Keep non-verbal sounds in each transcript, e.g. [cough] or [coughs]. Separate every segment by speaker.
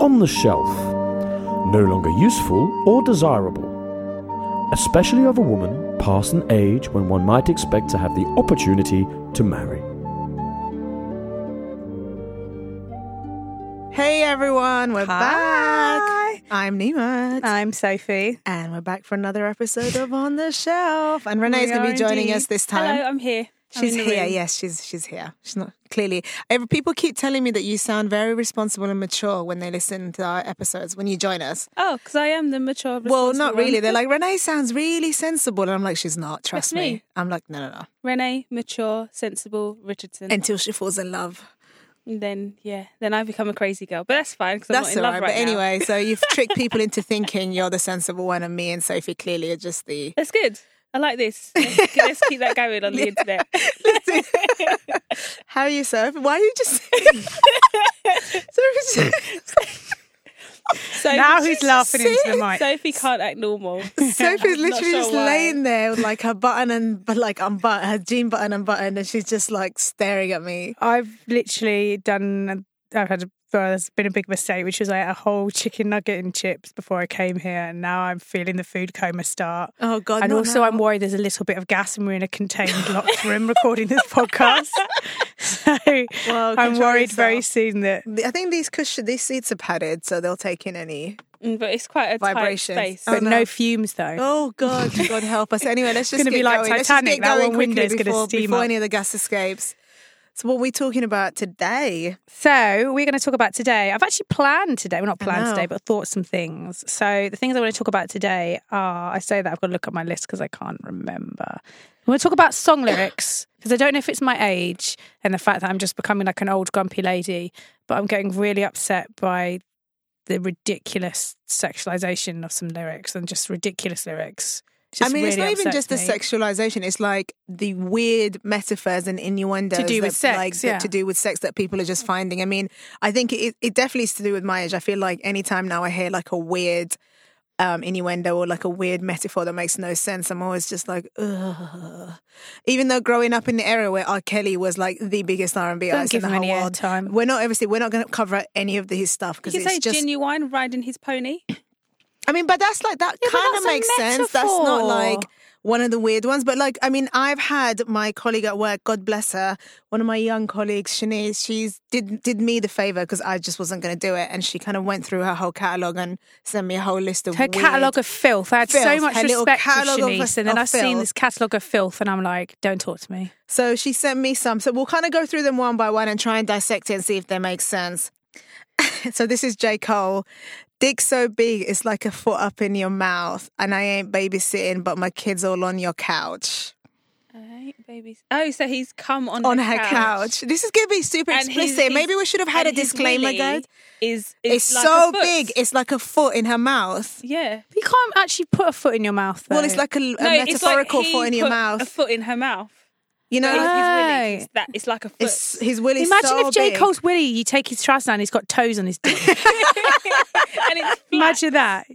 Speaker 1: on the shelf, no longer useful or desirable, especially of a woman past an age when one might expect to have the opportunity to marry.
Speaker 2: Hey everyone, we're
Speaker 3: Hi.
Speaker 2: back. I'm Nima.
Speaker 3: I'm Sophie.
Speaker 2: and we're back for another episode of On the Shelf. And Renee's
Speaker 3: We
Speaker 2: going to
Speaker 3: are
Speaker 2: be joining
Speaker 3: indeed.
Speaker 2: us this time.
Speaker 3: Hello, I'm here. I'm
Speaker 2: She's
Speaker 3: in the
Speaker 2: here.
Speaker 3: room.
Speaker 2: Yes, she's she's here. She's not clearly. ev- People keep telling me that you sound very responsible and mature when they listen to our episodes when you join us.
Speaker 3: Oh, because I am the mature.
Speaker 2: Well,
Speaker 3: responsible
Speaker 2: not really.
Speaker 3: one.
Speaker 2: They're like Renee sounds really sensible, and I'm like, she's not. Trust
Speaker 3: That's me.
Speaker 2: I'm like, no, no, no.
Speaker 3: Renee, mature, sensible, Richardson, and,
Speaker 2: Until she falls in love.
Speaker 3: then yeah, then I become a crazy girl. But that's fine because I'm
Speaker 2: That's
Speaker 3: not in
Speaker 2: all
Speaker 3: love
Speaker 2: right.
Speaker 3: right
Speaker 2: but
Speaker 3: now.
Speaker 2: anyway, so
Speaker 3: [laughs]
Speaker 2: you've tricked people into thinking you're the sensible one, and me and Sophie clearly are just the.
Speaker 3: that's good. I
Speaker 2: [laughs]
Speaker 3: like this. Let's, let's keep that going on the internet.
Speaker 2: How are you, Sophie? Why are you just? [laughs]
Speaker 4: [laughs]
Speaker 2: Sophie's just-
Speaker 3: Sophie,
Speaker 4: Now he's laughing
Speaker 2: see
Speaker 4: into the mic.
Speaker 3: Sophie can't
Speaker 2: [laughs]
Speaker 3: act normal. mm,
Speaker 2: Sophie's
Speaker 3: Not
Speaker 2: literally
Speaker 3: sure
Speaker 2: just
Speaker 3: why.
Speaker 2: laying there with like her button and but like unbutton her jean button unbuttoned, and she's just like staring at me.
Speaker 4: I've literally done. I've had. A, well, there's been a big mistake, which was I ate a whole chicken nugget and chips before I came here, and now I'm feeling the food coma start.
Speaker 2: Oh God!
Speaker 4: and
Speaker 2: no,
Speaker 4: also,
Speaker 2: no.
Speaker 4: I'm worried there's a little bit of gas, and we're in
Speaker 2: [laughs]
Speaker 4: a contained, locked room recording this podcast. [laughs] So
Speaker 2: Well,
Speaker 4: I'm
Speaker 2: control
Speaker 4: worried very
Speaker 2: yourself.
Speaker 4: soon that
Speaker 2: I think these cushion, these seats are padded, so they'll take in any.
Speaker 3: Mm, But it's quite a
Speaker 2: Vibrations.
Speaker 3: tight space.
Speaker 2: Oh,
Speaker 4: but no.
Speaker 2: no.
Speaker 4: fumes though.
Speaker 2: Oh God, God help us!
Speaker 4: [laughs]
Speaker 2: Anyway, let's just
Speaker 4: gonna be
Speaker 2: get
Speaker 4: like
Speaker 2: going. Let's just
Speaker 4: Titanic,
Speaker 2: get
Speaker 4: that
Speaker 2: going
Speaker 4: one window's
Speaker 2: quickly
Speaker 4: gonna
Speaker 2: before,
Speaker 4: steam
Speaker 2: before
Speaker 4: up.
Speaker 2: any of the gas escapes. So, what are we talking about today?
Speaker 4: So we're going to talk about today. I've actually planned today. Well, not planned
Speaker 2: know.
Speaker 4: today, but thought some things. So the things I want to talk about today are. I say that I've got to look at my list because I can't remember. I want to talk about song lyrics because I don't know if it's my age and the fact that I'm just becoming like an old grumpy lady, but I'm getting really upset by the ridiculous sexualization of some lyrics and just ridiculous lyrics. Just
Speaker 2: I mean, it's
Speaker 4: really
Speaker 2: not even
Speaker 4: upsets
Speaker 2: just the
Speaker 4: me.
Speaker 2: sexualization; it's like the weird metaphors and innuendos
Speaker 4: To do
Speaker 2: that,
Speaker 4: with sex,
Speaker 2: like, that-
Speaker 4: yeah.
Speaker 2: to do with sex that people are just finding. I mean, I think it, it definitely is to do with my age. I feel like anytime now I hear like a weird um, innuendo or like a weird metaphor that makes no sense, I'm always just like, ugh. Even though growing up in the era where R. Kelly was like the biggest R&B
Speaker 4: Don't
Speaker 2: artist
Speaker 4: give
Speaker 2: in the
Speaker 4: him
Speaker 2: whole
Speaker 4: any
Speaker 2: world,
Speaker 4: airtime.
Speaker 2: we're not obviously we're not going to cover any of the, his stuff
Speaker 3: You
Speaker 2: because
Speaker 3: can
Speaker 2: it's
Speaker 3: say
Speaker 2: just.
Speaker 3: genuine riding his pony.
Speaker 2: [coughs] I mean, but that's like that
Speaker 3: Yeah, but
Speaker 2: kind of
Speaker 3: that's a
Speaker 2: makes sense. That's not
Speaker 3: metaphor.
Speaker 2: like one of the weird ones. But like, I mean, I've had my colleague at work, God bless her, one of my young colleagues, Shanice, she's did did me the favor because I just wasn't going to do it, and she kind of went through her whole catalog and sent me a whole list of
Speaker 4: Her
Speaker 2: weird-
Speaker 4: catalogue of filth. I had so
Speaker 2: Filth,
Speaker 4: much
Speaker 2: her little
Speaker 4: respect for
Speaker 2: catalogue of-
Speaker 4: Shanice, and then
Speaker 2: of
Speaker 4: I've seen
Speaker 2: filth.
Speaker 4: this catalogue of filth, and I'm like, don't talk to me.
Speaker 2: So she sent me some. So we'll kind of go through them one by one and try and dissect it and see if they make sense. [laughs] so this is J. Cole. Dick so big, it's like a foot up in your mouth, and I ain't babysitting, but my kid's all on your couch.
Speaker 3: Alright, babies. Oh, so he's come on
Speaker 2: on
Speaker 3: her,
Speaker 2: her couch. This is going to be super
Speaker 3: And his-
Speaker 2: explicit.
Speaker 3: his-
Speaker 2: Maybe we should have had a
Speaker 3: and his
Speaker 2: disclaimer,
Speaker 3: willy
Speaker 2: guys.
Speaker 3: Is, is
Speaker 2: It's
Speaker 3: like
Speaker 2: so
Speaker 3: a foot.
Speaker 2: big, it's like a foot in her mouth.
Speaker 3: Yeah.
Speaker 4: You can't actually put a foot in your mouth. Though.
Speaker 2: Well, it's like a, a
Speaker 3: it's like
Speaker 2: metaphorical
Speaker 3: he
Speaker 2: foot in your
Speaker 3: put A
Speaker 2: mouth.
Speaker 3: foot in her mouth.
Speaker 2: You know,
Speaker 3: Like his
Speaker 4: Right.
Speaker 3: willy, it's that it's like a foot.
Speaker 2: it's his will is
Speaker 4: imagine
Speaker 2: so
Speaker 4: if J
Speaker 2: big.
Speaker 4: Cole's Willie, you take his trousers down, he's got toes on his [laughs] dick.
Speaker 3: [laughs] and
Speaker 2: [laughs]
Speaker 3: it's flat.
Speaker 4: imagine that.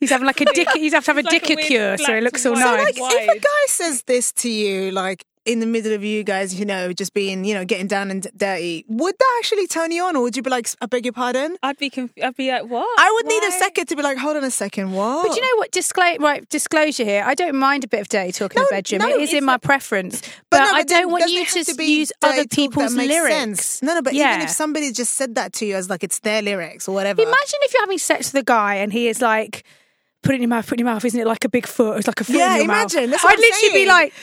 Speaker 4: He's having like a dick. He's have to [laughs] have a
Speaker 3: It's like a
Speaker 4: dick
Speaker 3: weird
Speaker 4: cure, so
Speaker 3: black
Speaker 4: it looks all
Speaker 3: and
Speaker 2: So,
Speaker 3: white.
Speaker 4: nice.
Speaker 2: like, if a
Speaker 3: wide.
Speaker 2: guy says this to you, like in the middle of you guys, you know, just being, you know, getting down and d- dirty, would that actually turn you on, or would you be like, "I beg your pardon"?
Speaker 3: I'd be conf- I'd be like, what?
Speaker 2: I would need a
Speaker 3: Why?
Speaker 2: second to be like, "Hold on a second, what?"
Speaker 4: But you know what? Disclai- right, disclosure here. I don't mind a bit of dirty talk in
Speaker 2: No,
Speaker 4: the bedroom.
Speaker 2: no,
Speaker 4: it is
Speaker 2: it's
Speaker 4: in my preference.
Speaker 2: But
Speaker 4: But,
Speaker 2: no,
Speaker 4: I
Speaker 2: but then
Speaker 4: don't want
Speaker 2: doesn't
Speaker 4: you
Speaker 2: it have
Speaker 4: to,
Speaker 2: be
Speaker 4: use
Speaker 2: dirty
Speaker 4: other
Speaker 2: talk that
Speaker 4: people's
Speaker 2: makes
Speaker 4: lyrics.
Speaker 2: sense? No, no, but
Speaker 4: yeah.
Speaker 2: even if somebody just said that to you as like it's their lyrics or whatever.
Speaker 4: Imagine if you're having sex with a guy and he is like, put it in your mouth, put it in your mouth. Isn't it like a big foot? It's like a foot
Speaker 2: Yeah,
Speaker 4: in your
Speaker 2: imagine.
Speaker 4: mouth.
Speaker 2: That's what
Speaker 4: I'd
Speaker 2: I'm
Speaker 4: literally
Speaker 2: saying.
Speaker 4: be like,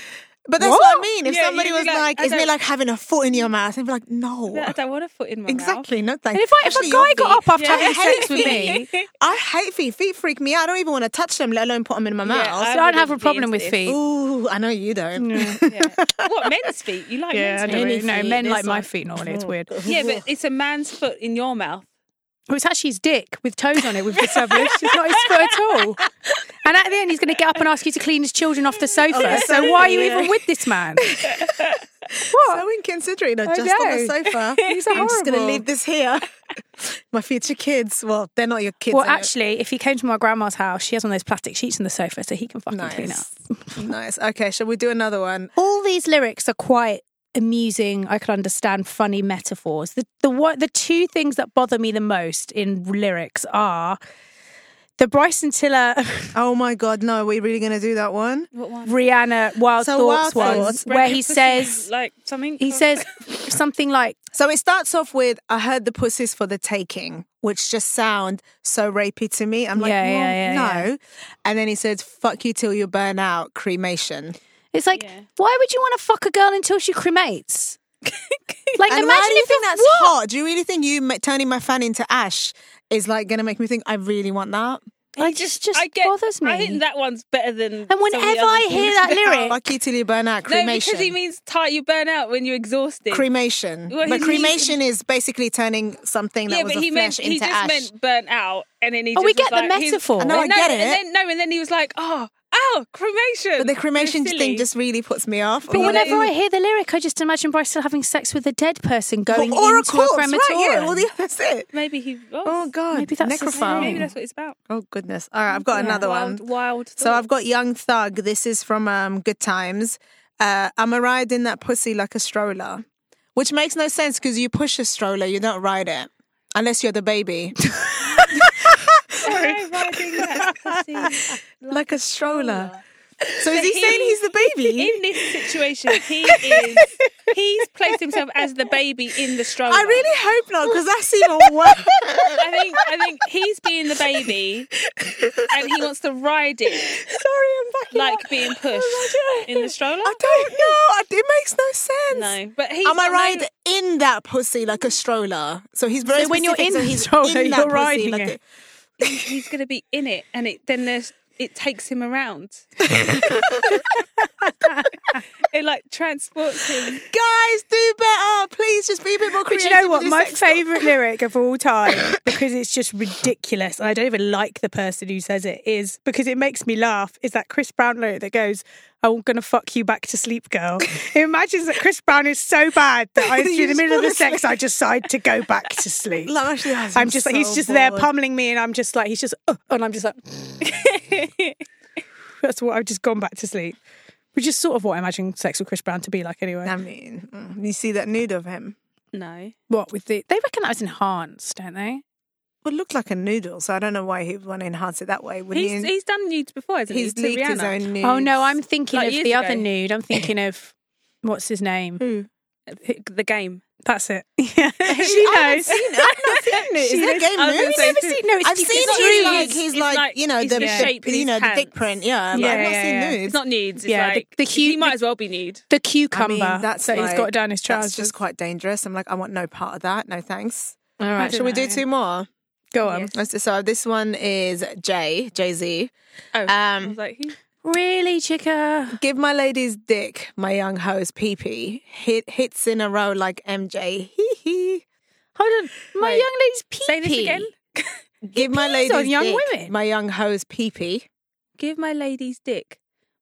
Speaker 2: but that's what I
Speaker 4: What?
Speaker 2: mean. If
Speaker 3: Yeah,
Speaker 2: somebody
Speaker 3: you'd be
Speaker 2: was
Speaker 3: like,
Speaker 2: like,
Speaker 3: I
Speaker 2: "Isn't it
Speaker 3: don't-
Speaker 2: like having a foot
Speaker 4: [laughs]
Speaker 2: in your mouth?" I'd be like, "No,
Speaker 3: I don't want a foot in my mouth.
Speaker 2: exactly, no thanks."
Speaker 4: And if, I, if
Speaker 2: Actually,
Speaker 4: a
Speaker 2: you're
Speaker 4: guy got up
Speaker 2: feet-
Speaker 4: after
Speaker 3: Yeah.
Speaker 4: having sex with me,
Speaker 2: I hate feet. Feet freak me out. I don't even want to touch them, let alone put them in my
Speaker 3: Yeah,
Speaker 2: mouth.
Speaker 4: so I don't have
Speaker 3: wouldn't
Speaker 4: a
Speaker 3: be
Speaker 4: problem
Speaker 3: into
Speaker 4: with
Speaker 3: this.
Speaker 4: feet.
Speaker 2: Ooh, I know you don't. [laughs]
Speaker 3: Yeah. What men's feet? You like
Speaker 4: Yeah,
Speaker 3: men's
Speaker 4: I don't
Speaker 3: feet?
Speaker 4: really, no,
Speaker 2: feet,
Speaker 4: men
Speaker 2: this
Speaker 4: like my
Speaker 2: one.
Speaker 4: feet normally. It's weird. Well,
Speaker 3: Yeah, but it's a man's foot in your mouth.
Speaker 4: it's actually his dick with toes on it. We've established it's not his foot at all. And at the end, he's going to get up and ask you to clean his children
Speaker 2: Oh,
Speaker 4: off the sofa. so why are you even with
Speaker 2: [laughs]
Speaker 4: this man?
Speaker 2: So inconsiderate. Or
Speaker 4: I
Speaker 2: just on the
Speaker 4: know.
Speaker 2: sofa.
Speaker 4: [laughs] These are
Speaker 2: I'm just going to
Speaker 4: horrible.
Speaker 2: leave this here. [laughs] my future kids. Well, they're not your kids.
Speaker 4: Well,
Speaker 2: they're your-
Speaker 4: actually, if he came to my grandma's house, she has one of those plastic sheets on the sofa, so he can fucking clean up.
Speaker 2: nice. nice. Okay, shall we do another one?
Speaker 4: all these lyrics are quite amusing, I could understand funny metaphors. The the what the two things that bother me the most in lyrics are the
Speaker 2: [laughs]
Speaker 4: Bryson Tiller [laughs]
Speaker 2: Oh my God, no, we're really going to do that one?
Speaker 3: What one?
Speaker 4: Rihanna Wild
Speaker 2: So
Speaker 4: Thoughts
Speaker 2: Wild
Speaker 4: one
Speaker 2: Thoughts.
Speaker 4: where he
Speaker 3: Breakfast
Speaker 4: says
Speaker 3: is like something.
Speaker 4: he says something like
Speaker 2: So it starts off with I heard the pussies for the taking, which just sound so rapey to me. I'm like,
Speaker 4: Yeah,
Speaker 2: well,
Speaker 4: yeah, yeah,
Speaker 2: no. And then he says, fuck you till you burn out, cremation.
Speaker 4: it's like
Speaker 3: Yeah.
Speaker 4: why would you want to fuck a girl until she
Speaker 2: [laughs]
Speaker 4: cremates? like
Speaker 2: and
Speaker 4: imagine
Speaker 2: why do you
Speaker 4: if
Speaker 2: think
Speaker 4: it-
Speaker 2: that's
Speaker 4: what?
Speaker 2: hot? Do you really think you ma- turning my fan into ash is like going to make me think I really want that?
Speaker 4: Like, just just
Speaker 3: I get,
Speaker 4: bothers me.
Speaker 3: I think that one's better than.
Speaker 4: and whenever I hear
Speaker 2: [laughs]
Speaker 4: that lyric,
Speaker 2: Fuck you till you burn out,
Speaker 3: no,
Speaker 2: cremation.
Speaker 3: because he means tight. You burn out when you're exhausted.
Speaker 2: cremation.
Speaker 3: Well, he
Speaker 2: but
Speaker 3: means-
Speaker 2: cremation is basically turning something that
Speaker 3: yeah,
Speaker 2: was
Speaker 3: but
Speaker 2: a
Speaker 3: he meant
Speaker 2: flesh
Speaker 3: he
Speaker 2: into
Speaker 3: just
Speaker 2: ash.
Speaker 3: meant burnt out, and then he.
Speaker 4: Oh,
Speaker 3: just
Speaker 4: we
Speaker 3: was
Speaker 4: get the
Speaker 3: like, he's-
Speaker 4: metaphor.
Speaker 2: No, I
Speaker 3: no,
Speaker 2: get
Speaker 3: and
Speaker 2: it.
Speaker 3: Then, no, and then he was like, oh, ow, cremation.
Speaker 2: but the cremation
Speaker 3: You're
Speaker 2: thing
Speaker 3: silly.
Speaker 2: just really puts me off.
Speaker 4: But
Speaker 2: I'm like,
Speaker 4: whenever I hear the lyric, I just imagine Bryce still having sex with a dead person going
Speaker 2: or a
Speaker 4: into
Speaker 2: corpse, right?
Speaker 4: crematorium.
Speaker 2: Yeah, well, yeah, [laughs] that's it.
Speaker 3: maybe he. Was.
Speaker 2: Oh God,
Speaker 4: Maybe that's his
Speaker 2: necrophile.
Speaker 4: thing.
Speaker 3: maybe that's what it's about.
Speaker 2: Oh goodness! All right, I've got another
Speaker 3: wild,
Speaker 2: one.
Speaker 3: Wild.
Speaker 2: So I've got Young Thug. This is from um, Good Times. Uh, I'm a riding that pussy like a stroller, which makes no sense because you push a stroller, you don't ride it, unless you're the baby. [laughs]
Speaker 3: Sorry, riding that pussy.
Speaker 2: like a stroller. So is
Speaker 3: So
Speaker 2: he,
Speaker 3: he-
Speaker 2: saying he's the baby?
Speaker 3: In this situation, he
Speaker 2: [laughs]
Speaker 3: is. He's placed himself as the baby in the stroller.
Speaker 2: I really hope not, because that's even worse.
Speaker 3: I think I think he's being the baby,
Speaker 2: [laughs]
Speaker 3: and he wants to ride it
Speaker 2: Sorry, I'm back.
Speaker 3: like being pushed in the stroller.
Speaker 2: I don't know. I- It makes no sense.
Speaker 3: No, but he's.
Speaker 2: Am I
Speaker 3: got
Speaker 2: right
Speaker 3: No,
Speaker 2: in that pussy like a stroller? So he's very
Speaker 4: So when you're
Speaker 2: specific,
Speaker 4: in
Speaker 2: so
Speaker 4: the
Speaker 2: he's
Speaker 4: stroller,
Speaker 2: in that
Speaker 4: you're
Speaker 2: pussy
Speaker 4: riding
Speaker 2: like
Speaker 4: it.
Speaker 2: a-
Speaker 3: he's going to be in it, and it then there's it takes
Speaker 2: [laughs]
Speaker 3: him around. [laughs] it like transports him.
Speaker 2: guys, do better. Please just be a bit more
Speaker 4: But
Speaker 2: creative.
Speaker 4: you know
Speaker 2: with
Speaker 4: what?
Speaker 2: your
Speaker 4: My
Speaker 2: sex
Speaker 4: favourite lyric of all time, because it's just ridiculous, and I don't even like the person who says it, is because it makes me laugh, is that Chris Brown lyric that goes, I'm going to fuck you back to
Speaker 2: [laughs]
Speaker 4: sleep, girl. It imagines that Chris Brown is so bad that I,
Speaker 2: You
Speaker 4: in the
Speaker 2: just
Speaker 4: middle of the
Speaker 2: wanna
Speaker 4: sex, I decide to go back
Speaker 2: [laughs]
Speaker 4: to sleep.
Speaker 2: talk. Like, I'm actually, guys,
Speaker 4: I'm just like, he's
Speaker 2: so
Speaker 4: just there
Speaker 2: bored.
Speaker 4: pummeling me, and I'm just like, he's just, "Ugh," and I'm just like, [laughs] that's what I've just gone back to sleep, which is sort of what I imagine sex with Chris Brown to be like anyway.
Speaker 2: I mean, mm, you see that nude of him.
Speaker 3: No,
Speaker 4: What with the, they reckon that was enhanced, don't they?
Speaker 2: Well, it looked like a noodle, so I don't know why he would want to enhance it that way. Would
Speaker 3: he's he's done nudes before, hasn't
Speaker 2: he's
Speaker 3: he? To
Speaker 2: leaked his
Speaker 3: Rihanna.
Speaker 2: own nude.
Speaker 4: Oh no, I'm thinking
Speaker 3: Like
Speaker 4: of
Speaker 3: years
Speaker 4: the other
Speaker 3: ago.
Speaker 4: nude. I'm thinking of what's his name?
Speaker 2: Who?
Speaker 3: The game.
Speaker 4: That's it. [laughs] Yeah, she
Speaker 2: I haven't
Speaker 4: knows.
Speaker 2: seen it. I've not
Speaker 4: [laughs]
Speaker 2: seen nude. Is
Speaker 4: She
Speaker 2: that
Speaker 4: knows-
Speaker 2: game
Speaker 3: I was gonna
Speaker 2: nude?
Speaker 3: say-
Speaker 4: Never seen- no, it's
Speaker 2: I've
Speaker 4: it's
Speaker 2: seen
Speaker 3: not
Speaker 2: nude.
Speaker 3: nude,
Speaker 2: Like
Speaker 3: it's
Speaker 2: he's
Speaker 3: like-
Speaker 2: like you know
Speaker 3: it's
Speaker 2: the,
Speaker 3: the
Speaker 2: the-
Speaker 3: shape of
Speaker 2: you
Speaker 3: his
Speaker 2: know the dick
Speaker 3: pants.
Speaker 2: print. Yeah, but
Speaker 4: Yeah,
Speaker 2: I've not
Speaker 4: yeah,
Speaker 2: seen
Speaker 4: yeah.
Speaker 2: nude.
Speaker 3: It's not nudes. It's
Speaker 4: Yeah, the-
Speaker 3: like
Speaker 4: the
Speaker 3: he
Speaker 4: hu-
Speaker 3: might as well be nude.
Speaker 4: the cucumber
Speaker 2: I mean, that's
Speaker 4: that he's
Speaker 2: like-
Speaker 4: got down his trousers.
Speaker 2: That's just quite dangerous. I'm like, I want no part of that. No thanks.
Speaker 4: All
Speaker 2: All right,
Speaker 4: right,
Speaker 2: shall we do two more?
Speaker 4: Go on.
Speaker 2: Let's do- So this one is Jay Jay Z.
Speaker 3: Oh, I
Speaker 2: Um,
Speaker 3: was like, who?
Speaker 4: Really, chica?
Speaker 2: Give my lady's dick, my young hoe's pee pee. Hit hits in a row like MJ. Hee hee.
Speaker 4: Hold on, my
Speaker 3: Wait.
Speaker 4: young lady's pee.
Speaker 3: Say this again.
Speaker 2: Give my
Speaker 4: pees on
Speaker 2: lady's
Speaker 4: young
Speaker 2: dick,
Speaker 4: women?
Speaker 2: my young hoe's pee pee.
Speaker 3: Give my lady's dick,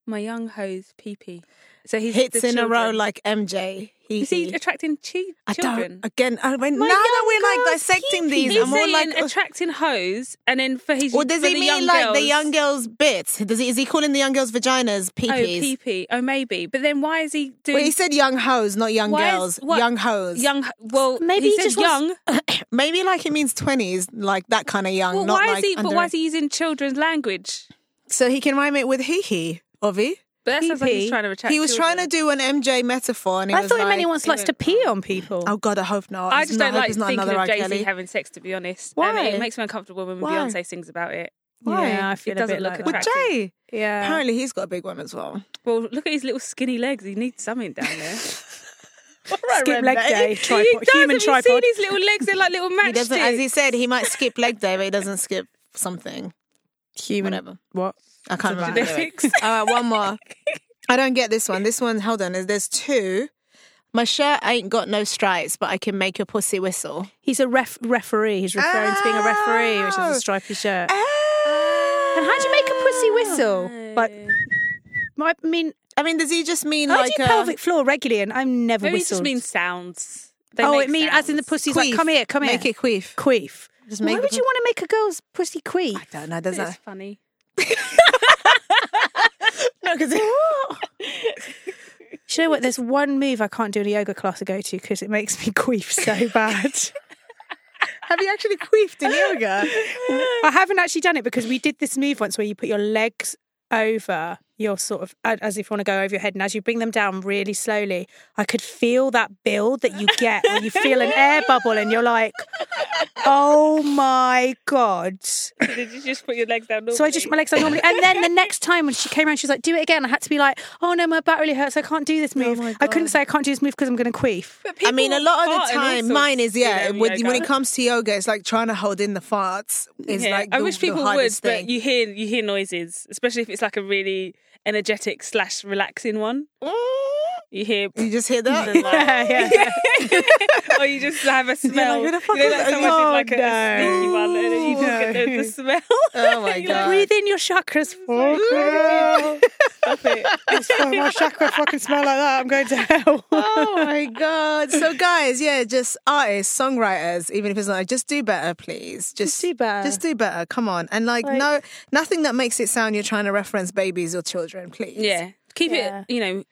Speaker 3: my young hoe's pee pee. So he's
Speaker 2: Hits
Speaker 3: the
Speaker 2: in a row
Speaker 3: children.
Speaker 2: like MJ. Hee
Speaker 3: Is he
Speaker 2: hee.
Speaker 3: attracting chi-
Speaker 2: I
Speaker 3: children?
Speaker 2: don't. Again, I went.
Speaker 4: My
Speaker 2: now that
Speaker 4: young
Speaker 2: we're like
Speaker 4: girl's
Speaker 2: dissecting
Speaker 4: pee-pee.
Speaker 2: these,
Speaker 3: He's
Speaker 2: I'm all
Speaker 3: saying
Speaker 2: like. oh,
Speaker 3: attracting hoes, and then for his
Speaker 2: Or does
Speaker 3: for
Speaker 2: he
Speaker 3: the
Speaker 2: mean
Speaker 3: young
Speaker 2: like the
Speaker 3: girls-
Speaker 2: young girls' bits? Does he, is he calling the young girls' vaginas pee
Speaker 3: Oh,
Speaker 2: pees?
Speaker 3: pee pee. Oh, maybe. But then why is he doing
Speaker 2: Well, he said young hoes, not young
Speaker 3: Why is-
Speaker 2: girls.
Speaker 3: what-
Speaker 2: young hoes.
Speaker 3: young? Well,
Speaker 4: Maybe
Speaker 3: he,
Speaker 4: he
Speaker 3: said
Speaker 4: just wants-
Speaker 3: young.
Speaker 2: Maybe like he means twenties, like that kind of young.
Speaker 3: well,
Speaker 2: not
Speaker 3: why
Speaker 2: like
Speaker 3: is he? But
Speaker 2: under-
Speaker 3: why is he using children's language?
Speaker 2: So he can rhyme it with hee hee, Ovi.
Speaker 3: But that sounds like
Speaker 4: Pee-pee.
Speaker 3: he's trying to attract.
Speaker 2: He was
Speaker 3: children.
Speaker 2: trying to do an MJ metaphor, and he
Speaker 4: I
Speaker 2: was
Speaker 4: thought he
Speaker 2: like,
Speaker 4: meant he once likes to pee on people.
Speaker 2: "Oh God, I hope not."
Speaker 3: I
Speaker 2: It's
Speaker 3: just
Speaker 2: not,
Speaker 3: don't
Speaker 2: hope
Speaker 3: like
Speaker 2: it's not
Speaker 3: thinking
Speaker 2: another
Speaker 3: of
Speaker 2: R.
Speaker 3: Jay Z
Speaker 2: Kelly.
Speaker 3: having sex, to be honest.
Speaker 2: Why?
Speaker 3: And it makes me uncomfortable when
Speaker 2: Why?
Speaker 3: Beyonce sings about it.
Speaker 2: Why?
Speaker 4: Yeah, I feel
Speaker 3: It
Speaker 4: a
Speaker 3: doesn't
Speaker 4: bit
Speaker 3: look
Speaker 4: like
Speaker 2: Well,
Speaker 4: that.
Speaker 3: attractive.
Speaker 2: Jay.
Speaker 4: Yeah.
Speaker 2: Apparently, he's got a big one as well.
Speaker 3: Well, look at his little skinny legs. He needs something down there.
Speaker 2: [laughs]
Speaker 4: Skip leg day, tripod,
Speaker 3: he does.
Speaker 4: human
Speaker 3: Have
Speaker 4: tripod.
Speaker 3: you seen his little legs? They're like
Speaker 2: [laughs]
Speaker 3: little
Speaker 2: He doesn't, as
Speaker 3: matchsticks.
Speaker 2: he said, he might skip leg day, but he doesn't skip something.
Speaker 4: Human.
Speaker 2: Whatever.
Speaker 4: What?
Speaker 2: I can't remember. the lyric.
Speaker 3: Genetics.
Speaker 2: All right, one more. I don't get this one. This one, hold on. Is there's two? My shirt ain't got no stripes, but I can make your pussy whistle.
Speaker 4: He's a ref- referee. He's referring to being a referee, which is
Speaker 2: Oh.
Speaker 4: a stripy shirt.
Speaker 2: And
Speaker 4: And how do you make a
Speaker 2: Ah,
Speaker 4: pussy whistle? Like, I mean,
Speaker 2: I mean, does he just mean
Speaker 4: I
Speaker 2: like
Speaker 4: do
Speaker 2: uh,
Speaker 4: pelvic floor regularly, and I've never
Speaker 3: Maybe it
Speaker 4: whistled.
Speaker 3: just means sounds. They
Speaker 4: oh,
Speaker 3: make
Speaker 4: it means as in the
Speaker 3: sounds.
Speaker 4: pussy's like,
Speaker 2: queef?
Speaker 4: come here, come
Speaker 2: make
Speaker 4: here,
Speaker 2: it queef.
Speaker 4: queef.
Speaker 2: Just
Speaker 4: Why
Speaker 2: make
Speaker 4: would
Speaker 2: it-
Speaker 4: you want to make a girl's pussy queef?
Speaker 2: I don't know. Does
Speaker 3: It's
Speaker 2: that
Speaker 3: funny.
Speaker 2: no? Because
Speaker 4: Do you know what? There's one move I can't do in a yoga class I go to because it makes me queef so
Speaker 2: [laughs]
Speaker 4: bad.
Speaker 2: Have you actually queefed in [laughs] yoga?
Speaker 4: I haven't actually done it because we did this move once where you put your legs over your sort of a- as if you want to go over your head, and as you bring them down really slowly, I could feel that build that you get when you feel an air bubble, and you're like, "Oh my god!"
Speaker 3: [laughs] Did you just put your legs down? Normally?
Speaker 4: So I just my legs are normally, and then the next time when she came around, she was like, "Do it again." I had to be like, "Oh no, my back really hurts. I can't do this move.
Speaker 2: Oh my
Speaker 4: I couldn't
Speaker 2: God.
Speaker 4: say I can't do this move because I'm going to queef."
Speaker 3: But
Speaker 2: I mean, a
Speaker 3: people
Speaker 2: lot of
Speaker 3: fart
Speaker 2: the
Speaker 3: in all
Speaker 2: time,
Speaker 3: sorts
Speaker 2: mine is yeah.
Speaker 3: in
Speaker 2: When,
Speaker 3: yoga.
Speaker 2: when it comes to yoga, it's like trying to hold in the farts. It's
Speaker 3: Yeah,
Speaker 2: like
Speaker 3: I
Speaker 2: the-
Speaker 3: wish
Speaker 2: the
Speaker 3: people would,
Speaker 2: hardest
Speaker 3: but
Speaker 2: thing.
Speaker 3: you hear you hear noises, especially if it's like a really energetic slash relaxing one. You hear,
Speaker 2: you just hear that.
Speaker 3: and like,
Speaker 4: [laughs] yeah.
Speaker 3: or you just
Speaker 4: [laughs]
Speaker 3: have a smell.
Speaker 2: "Who the fuck
Speaker 3: you know,
Speaker 2: is
Speaker 3: like
Speaker 2: that?"
Speaker 3: someone
Speaker 4: Oh,
Speaker 3: did like a
Speaker 4: no.
Speaker 3: sneaky one, and then you just get the,
Speaker 4: No.
Speaker 3: the smell.
Speaker 4: [laughs]
Speaker 2: Oh my
Speaker 3: You're like,
Speaker 2: God.
Speaker 4: Breathe in your chakras.
Speaker 3: Stop
Speaker 4: [laughs]
Speaker 3: it.
Speaker 4: my chakra fucking smell like that. I'm going to [laughs] hell.
Speaker 2: [laughs] oh my god! So guys, yeah, just artists, songwriters, even if it's like, just do better, please. Just,
Speaker 4: do better.
Speaker 2: Just do better. Come on, and like,
Speaker 4: Like-
Speaker 2: no, nothing that makes it sound you're trying to reference babies or children, please.
Speaker 3: [laughs] Yeah, keep
Speaker 4: Yeah.
Speaker 3: it. You know,